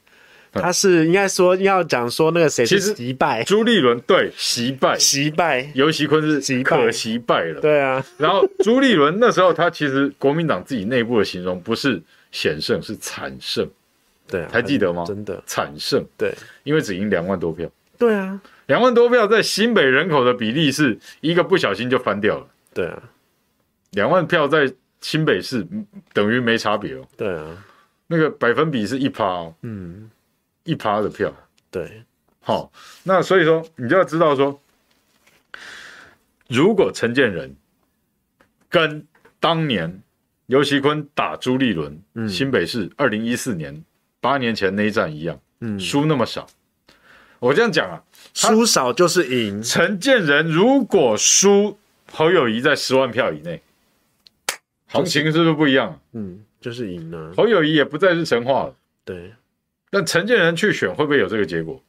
他是应该说要讲说那个谁哦其是实击败，朱立伦对惜败，击败，尤其坤是惜败可惜败了。对啊，然后朱立伦那时候他其实国民党自己内部的形容不是险胜，是惨胜，对啊，还记得吗真的，惨胜，对，因为只赢两万多票，对啊，两万多票在新北人口的比例是一个不小心就翻掉了，对啊，两万票在新北市嗯等于没差别哦，对啊，那个百分比是一趴哦，嗯，一趴的票。对，好、那所以说你就要知道说，如果陈建仁跟当年尤熙坤打朱立伦，新北市二零一四年八年前那一战一样，嗯输那么少，我这样讲啊，输少就是赢，陈建仁如果输侯友谊在十万票以内，行情是不是不一样？啊嗯，就是赢了，侯友谊也不再是神话了。对。但陈建仁去选会不会有这个结果？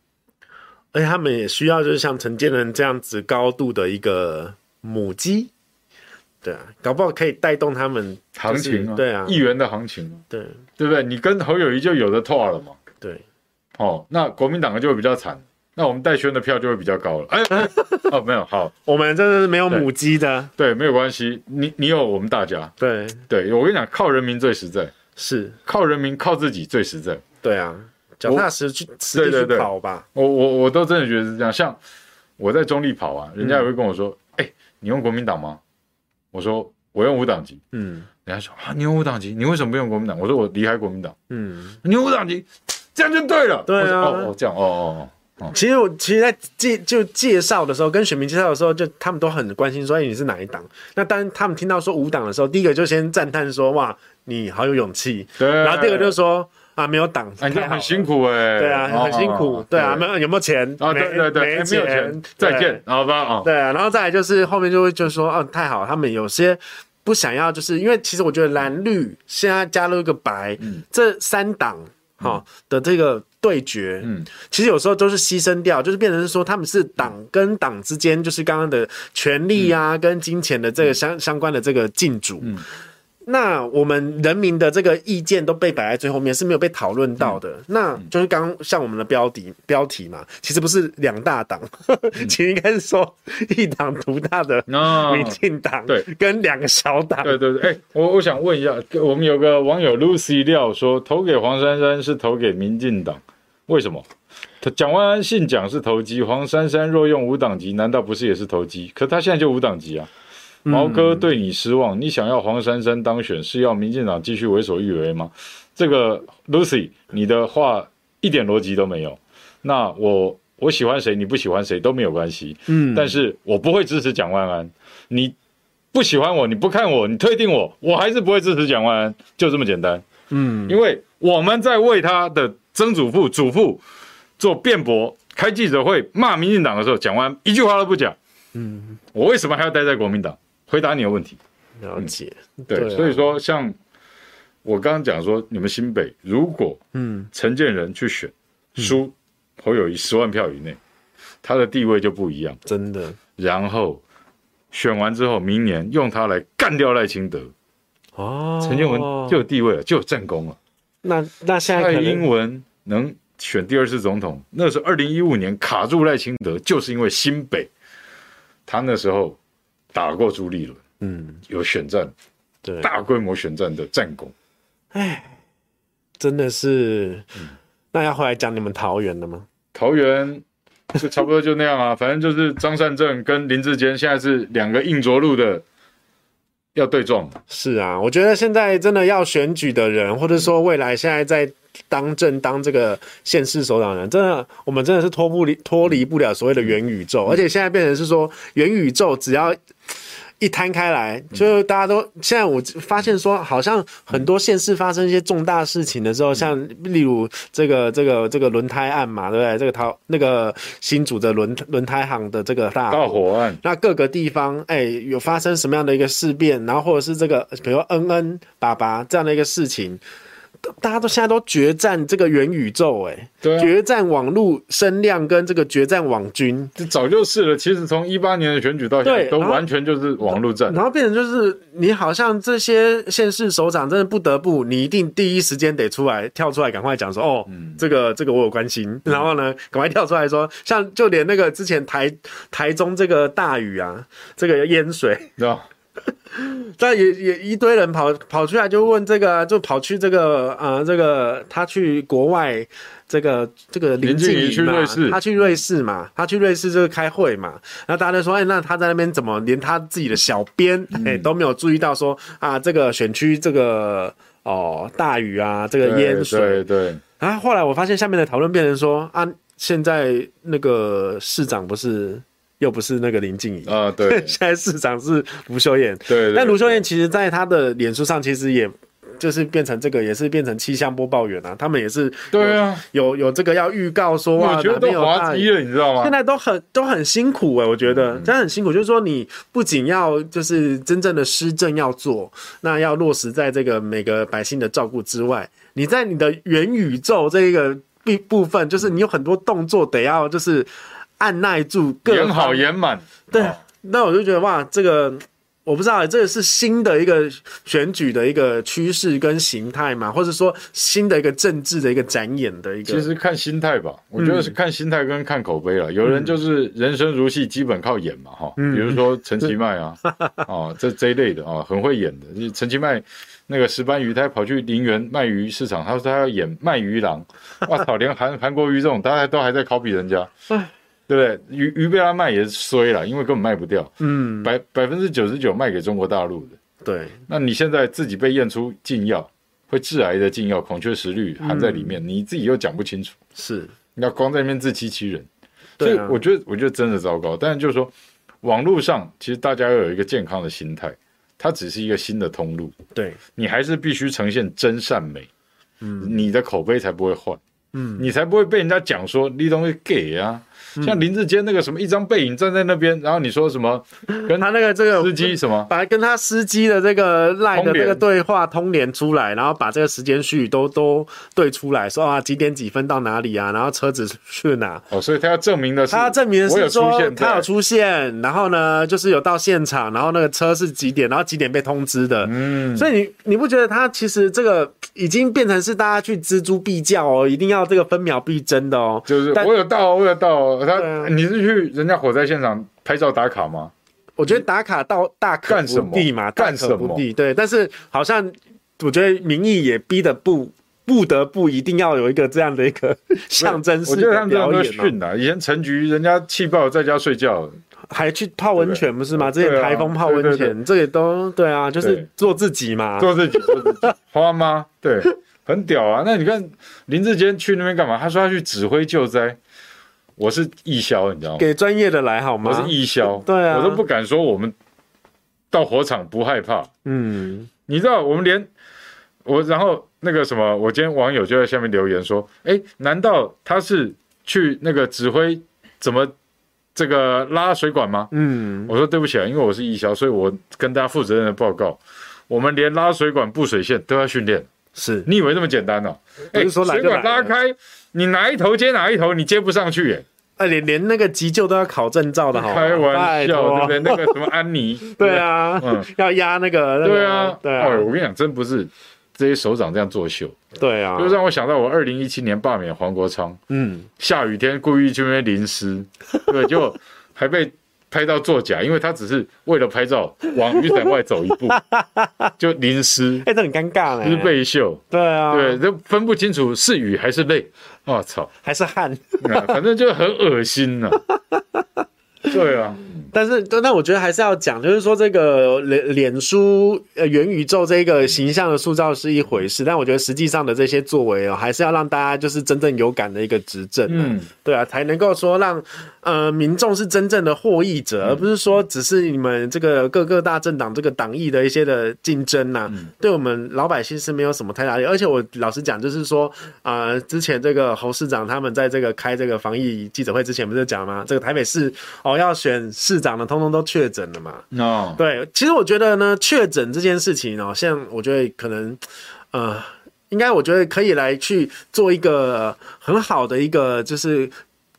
而且他们也需要就是像陈建仁这样子高度的一个母鸡，对啊，搞不好可以带动他们行情就啊，是对啊，议员的行情啊。对对不对？你跟侯友谊就有的拓了嘛，对，哦，那国民党就会比较惨，那我们戴轩的票就会比较高了。 哎，哦，没有，好，我们真的是没有母鸡的，对，没有关系，你你有我们大家，对，对我跟你讲，靠人民最实在，是，靠人民靠自己最实在。对啊，脚踏实去实对地对去对跑吧，我我我都真的觉得是这样，像我在中立跑啊，人家也会跟我说，嗯哎、你用国民党吗？我说我用无党籍，嗯人家说啊，你用无党籍，你为什么不用国民党？我说我离开国民党，嗯。你用无党籍，这样就对了。对我啊说哦哦这样哦哦其实我其实，在介就介绍的时候，跟选民介绍的时候，就他们都很关心说，哎，你是哪一党？那当然他们听到说五党的时候，第一个就先赞叹说，哇，你好有勇气。对然后第二个就说，啊，没有党，哦，啊，你这太样好很了辛苦哎、对啊，哦很辛苦，对啊，没有有没有钱？啊，对对对，哎没没有钱，再见，。好吧，哦，对对啊，然后再来就是后面就会就说，哦，太好，他们有些不想要，就是因为其实我觉得蓝绿现在加入一个白，嗯这三党哈的这个对决，嗯其实有时候都是牺牲掉，就是变成是说他们是党嗯跟党之间，就是刚刚的权力啊、跟金钱的这个相相关的这个竞逐。嗯那我们人民的这个意见都被摆在最后面，是没有被讨论到嗯的。那就是刚像我们的标题标题嘛，其实不是两大党，嗯 其实应该是说一党独大的那、民进党，嗯对跟两个小党，对对对，哎、我我想问一下，我们有个网友 Lucy 廖说，投给黄珊珊是投给民进党，为什么？他蒋万安信讲是投机，黄珊珊若用无党籍，难道不是也是投机？可他现在就无党籍啊。毛哥对你失望，你想要黄珊珊当选，是要民进党继续为所欲为吗？这个 Lucy，你的话一点逻辑都没有。那我我喜欢谁，你不喜欢谁都没有关系，嗯，但是我不会支持蒋万安。你不喜欢我，你不看我，你推定我，我还是不会支持蒋万安，就这么简单。嗯，因为我们在为他的曾祖父、祖父做辩驳，开记者会骂民进党的时候，蒋万安一句话都不讲。嗯，我为什么还要待在国民党？回答你的问题。了解，嗯对，对啊所以说像我刚刚讲说，你们新北如果嗯陈建仁去选输侯友谊十万票以内，他的地位就不一样。真的然后选完之后，明年用他来干掉赖清德，哦，陈建文就有地位了，就有战功了。那那现蔡在可英能文能选第二次总统，那时候二零一五年卡住赖清德，就是因为新北，他那时候打过朱立伦，嗯有选战，对，大规模选战的战功。真的是，嗯那要回来讲你们桃园的吗？桃园就差不多就那样啊，反正就是张善政跟林志坚现在是两个硬着陆的要对撞，是啊，我觉得现在真的要选举的人，或者说未来现在在当政当这个县市首长的人，真的我们真的是脱不离脱离不了所谓的元宇宙，而且现在变成是说元宇宙只要。一摊开来，就是大家都现在我发现说，好像很多县市发生一些重大事情的时候，像例如这个这个这个轮胎案嘛，对不对？这个桃那个新竹的轮轮胎行的这个大大火案。那各个地方，哎、有发生什么样的一个事变，然后或者是这个，比如恩恩爸爸这样的一个事情，都大家都现在都决战这个元宇宙、哎、对啊决战网络声量跟这个决战网军，这早就是了。其实从一八年的选举到现在，对啊都然后完全就是网络战。然后变成就是你好像这些县市首长真的不得不，你一定第一时间得出来跳出来，赶快讲说哦，嗯这个这个我有关心，然后呢，赶快跳出来说，像就连那个之前台台中这个大雨啊，这个淹水。知道？但也也一堆人跑跑出来就问这个啊，就跑去这个呃，这个他去国外，这个这个林林静静怡怡去嘛瑞士他去瑞士嘛，他去瑞士就是开会嘛，那大家就说，哎、那他在那边怎么连他自己的小编嗯哎、都没有注意到说啊，这个选区这个哦大雨啊，这个对淹水对对，啊，后来我发现下面的讨论变成说啊，现在那个市长不是又不是那个林静怡。啊，对对 现在市长是卢秀燕，对。但卢秀燕燕其实在她的脸书上，其实也就是变成这个，也是变成气象播报员啊，他们也是对啊，有有这个要预告说哇，我觉得哪边都有滑大雨稽啊嗯了，你知道吗现？在都很都很辛苦哎、我觉得真的很辛苦。就是说，你不仅要就是真正的施政要做，那要落实在这个每个百姓的照顾之外，你在你的元宇宙这一个部部分，就是你有很多动作得要就是按耐住各演好方演满，对哦，那我就觉得哇，这个我不知道这个是新的一个选举的一个趋势跟形态嘛，或者说新的一个政治的一个展演的一个。其实看心态吧，我觉得嗯是看心态跟看口碑了。有人就是人生如戏，基本靠演嘛，哈、嗯比如说陈其迈 啊，哦，这这一类的啊、哦，很会演的。就是陈其迈那个石斑鱼，他跑去林园卖鱼市场，他说他要演卖鱼郎， 哇操，连韩韩国鱼这种，大家都还在 copy 人家。对不对？鱼鱼被他卖也是衰了，因为根本卖不掉，嗯，百百分之九十九卖给中国大陆的。对，那你现在自己被验出禁药，会致癌的禁药孔雀石绿嗯含在里面，你自己又讲不清楚，是，那光在那边自欺欺人。所对啊以我觉得，我觉得真的糟糕。但是就是说，网络上其实大家要有一个健康的心态，它只是一个新的通路，对，你还是必须呈现真善美，嗯你的口碑才不会坏。嗯，你才不会被人家讲说你东西给啊。像林志坚那个什么一张背影站在那边，然后你说什么跟他那个这个司机什么，把跟他司机的这个赖的通联这个对话通联出来，然后把这个时间序都都对出来，说啊几点几分到哪里啊，然后车子去哪。哦，所以他要证明的是，他要证明的我有是出说现，他有对出现，然后呢，就是有到现场，然后那个车是几点，然后几点被通知的。嗯，所以你你不觉得他其实这个已经变成是大家去锱铢必较哦，一定要这个分秒必争的哦。就是但我有到，我有到。对啊他你是去人家火灾现场拍照打卡吗？我觉得打卡到大可干什不么必嘛，大干可什不么必。对，但是好像我觉得民意也逼得不不得不一定要有一个这样的一个 象征我式觉得他的们这样表都演、哦，训啊。以前陈局人家气爆在家睡觉，啊还去泡温泉不是吗？之前对啊台风泡温对对泉，这也都对啊，就是对啊做自己嘛。做自己，做自己， 花妈，对，很屌啊。那你看林志坚去那边干嘛？他说他去指挥救灾，我是义消，你知道吗？给专业的来好我吗是？义消，对啊我都不敢说我们到火场不害怕。嗯，你知道，我们连我，然后那个什么，我今天网友就在下面留言说，哎，难道他是去那个指挥怎么这个拉水管吗？嗯，我说对不起啊，因为我是义消，所以我跟大家负责任的报告，我们连拉水管布水线都要训练。是你以为这么简单呢、不哎，是说来水就管来拉开，你哪一头接哪一头，你接不上去、哎。哎，连连那个急救都要考证照的好吗，啊开玩拜笑，对托不对？那个什么安妮，啊 对啊嗯，要压那个，那个对啊，对哎啊，我跟你讲，真不是这些首长这样作秀，对啊，就让我想到我二零一七年罢免黄国昌，嗯，下雨天故意去那边淋湿， 对，就还被拍到作假，因为他只是为了拍照往雨伞外走一 步，就淋湿哎，这很尴尬湿呢。背袖，对啊，对，都分不清楚是雨还是泪，我操，还是汗。啊反正就很恶心 呐、对啊，但是，但但我觉得还是要讲，就是说这个脸脸书呃元宇宙这个形象的塑造是一回事，但我觉得实际上的这些作为哦，还是要让大家就是真正有感的一个执政、嗯嗯，对啊，才能够说让呃民众是真正的获益者，而不是说只是你们这个各个大政党这个党意的一些的竞争呐、对我们老百姓是没有什么太大的。而且我老实讲，就是说啊、呃之前这个侯市长他们在这个开这个防疫记者会之前不是讲吗？这个台北市哦要选市长的，通通都确诊了嘛。哦，对，其实我觉得呢，确诊这件事情哦，像我觉得可能，呃，应该我觉得可以来去做一个很好的一个，就是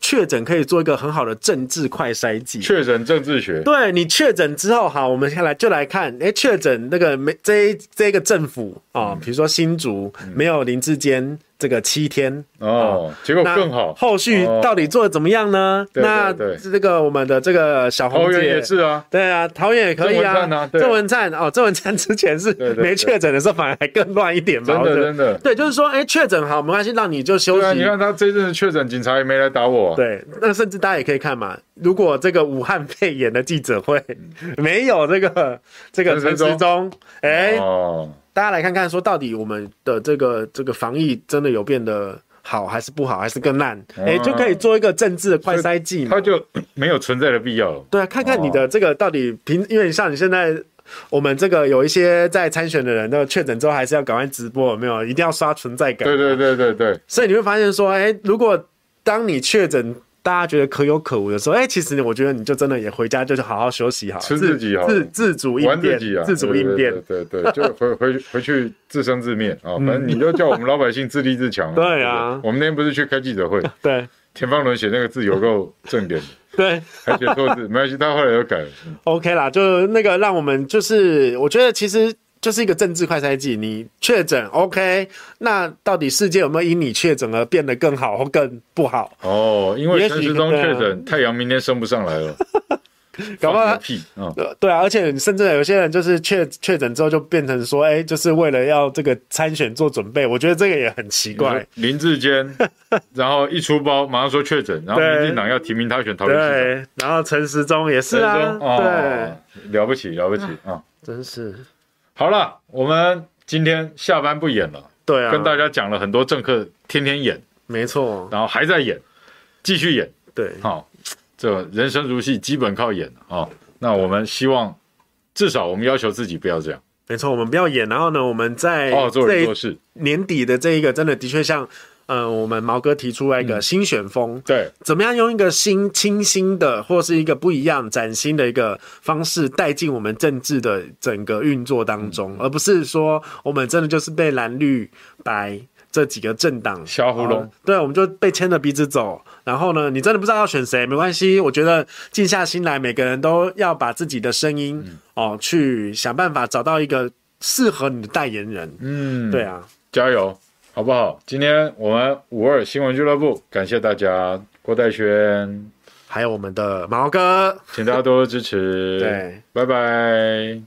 确诊可以做一个很好的政治快筛剂。确诊政治学，对你确诊之后，好，我们下来就来看，哎，确诊那个没这一这个政府嗯啊、哦，比如说新竹、没有林志坚这个七天，哦，结果那更好。后续哦到底做的怎么样呢？对对那对这个我们的这个小红桃园姐也是啊，对啊，桃园也可以郑文灿啊啊。对文灿哦，郑文灿之前是对对对没确诊的时候，反而还更乱一点嘛。真我的觉得真的。对，就是说，哎，确诊好没关系，让你就休对啊，你息。看他这阵子确诊，警察也没来打我。，啊对，那甚至大家也可以看嘛。如果这个武汉肺炎的记者会 没有这个这个陈陈时时中，哎，哦，大家来看看，说到底我们的这个这个防疫真的有变得好还是不好，还是更烂？哎，嗯就可以做一个政治的快筛剂嘛他。就没有存在的必要了。对啊，看看哦你的这个到底平，因为像你现在。我们这个有一些在参选的人，那个确诊之后还是要赶快直播，有没有？一定要刷存在感。对对对对对，所以你会发现说，哎、如果当你确诊，大家觉得可有可无的时候，哎、其实我觉得你就真的也回家，就是好好休息好了，吃自己好了自自主应玩变，自己啊，自主应变。对对对对，对就回回回去自生自灭啊。反正你就叫我们老百姓自立自强。对啊不我们那天不是去开记者会，对田方伦写那个字有够正点的，对还写错字，没关系，他后来又改了。 ，OK 啦，就那个让我们就是，我觉得其实就是一个政治快筛剂，你确诊 OK，那到底世界有没有因你确诊而变得更好或更不好？哦，因为也许陈时中对啊确诊，太阳明天升不上来了，搞不放好个。屁啊！呃对啊，而且甚至有些人就是确确诊之后就变成说，哎、就是为了要这个参选做准备，我觉得这个也很奇怪。林志坚，然后一出包马上说确诊，然后对民进党要提名他选桃园市对，然后陈时中也是长，啊，陈时中哦，了不起了不起啊！对，真是好了，我们今天下班不演了，对啊，跟大家讲了很多政客天天演，没错，然后还在演，继续演，对，好、这人生如戏，基本靠演啊、哦那我们希望，至少我们要求自己不要这样，没错，我们不要演，然后呢，我们在好好哦做这人一做事。年底的这一个真的的确像，呃，我们毛哥提出来一嗯个新选风，对，怎么样用一个新清新的或是一个不一样崭新的一个方式带进我们政治的整个运作当嗯中，而不是说我们真的就是被蓝绿白。这几个政党小胡龙呃对，我们就被牵着鼻子走。然后呢，你真的不知道要选谁，没关系。我觉得静下心来，每个人都要把自己的声音、嗯哦，去想办法找到一个适合你的代言人。嗯，对，啊，加油，好不好？今天我们五二新闻俱乐部，感谢大家，郭代轩，还有我们的毛哥，请大家多多支持， 对，拜拜。